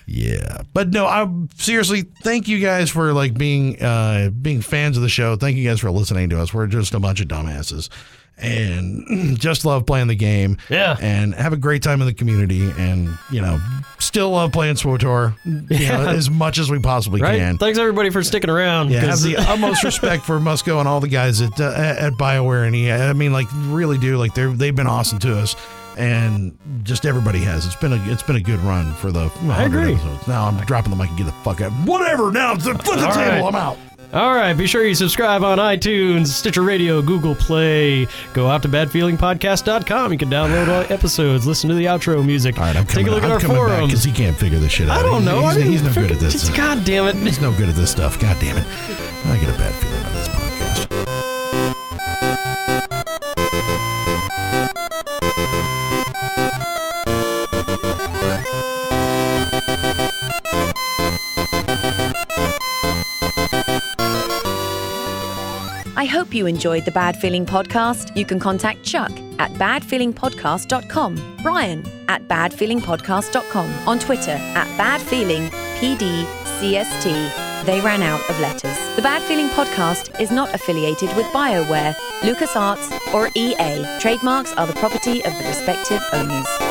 Speaker 1: yeah. But no, I seriously thank you guys for like being uh, being fans of the show. Thank you guys for listening to us. We're just a bunch of dumbasses, and just love playing the game.
Speaker 2: Yeah.
Speaker 1: And have a great time in the community, and you know, still love playing SWTOR. You know, as much as we possibly
Speaker 2: Right.
Speaker 1: can.
Speaker 2: Thanks everybody for sticking around.
Speaker 1: Yeah, have
Speaker 2: 'cause-
Speaker 1: the utmost respect for Musco and all the guys at uh, at Bioware and EA. I mean, like really do like they they've been awesome to us, and just everybody has. It's been a it's been a good run for the. 100
Speaker 2: agree.
Speaker 1: Episodes. Now I'm dropping the mic and get the fuck out. Whatever. Now it's the foot the
Speaker 2: All
Speaker 1: table.
Speaker 2: right.
Speaker 1: I'm out.
Speaker 2: uh, All right, be sure you subscribe on iTunes, Stitcher Radio, Google Play. Go out to badfeelingpodcast.com. You can download all episodes, listen to the outro music.
Speaker 1: All right, I'm coming.
Speaker 2: Take a look
Speaker 1: I'm
Speaker 2: at our
Speaker 1: coming back
Speaker 2: forums.
Speaker 1: because he can't figure this shit out.
Speaker 2: I don't
Speaker 1: He's-
Speaker 2: know. I
Speaker 1: He's,
Speaker 2: didn't
Speaker 1: he's no good at
Speaker 2: freaking-
Speaker 1: this. stuff.
Speaker 2: God damn it.
Speaker 1: He's no good at this stuff. God damn it. I get a bad feeling on this podcast.
Speaker 3: I hope you enjoyed the Bad Feeling Podcast. You can contact Chuck at badfeelingpodcast.com, Brian at badfeelingpodcast.com, on Twitter at badfeelingpdcst. They ran out of letters. The Bad Feeling Podcast is not affiliated with E BioWare, LucasArts, or EA. Trademarks are the property of the respective owners.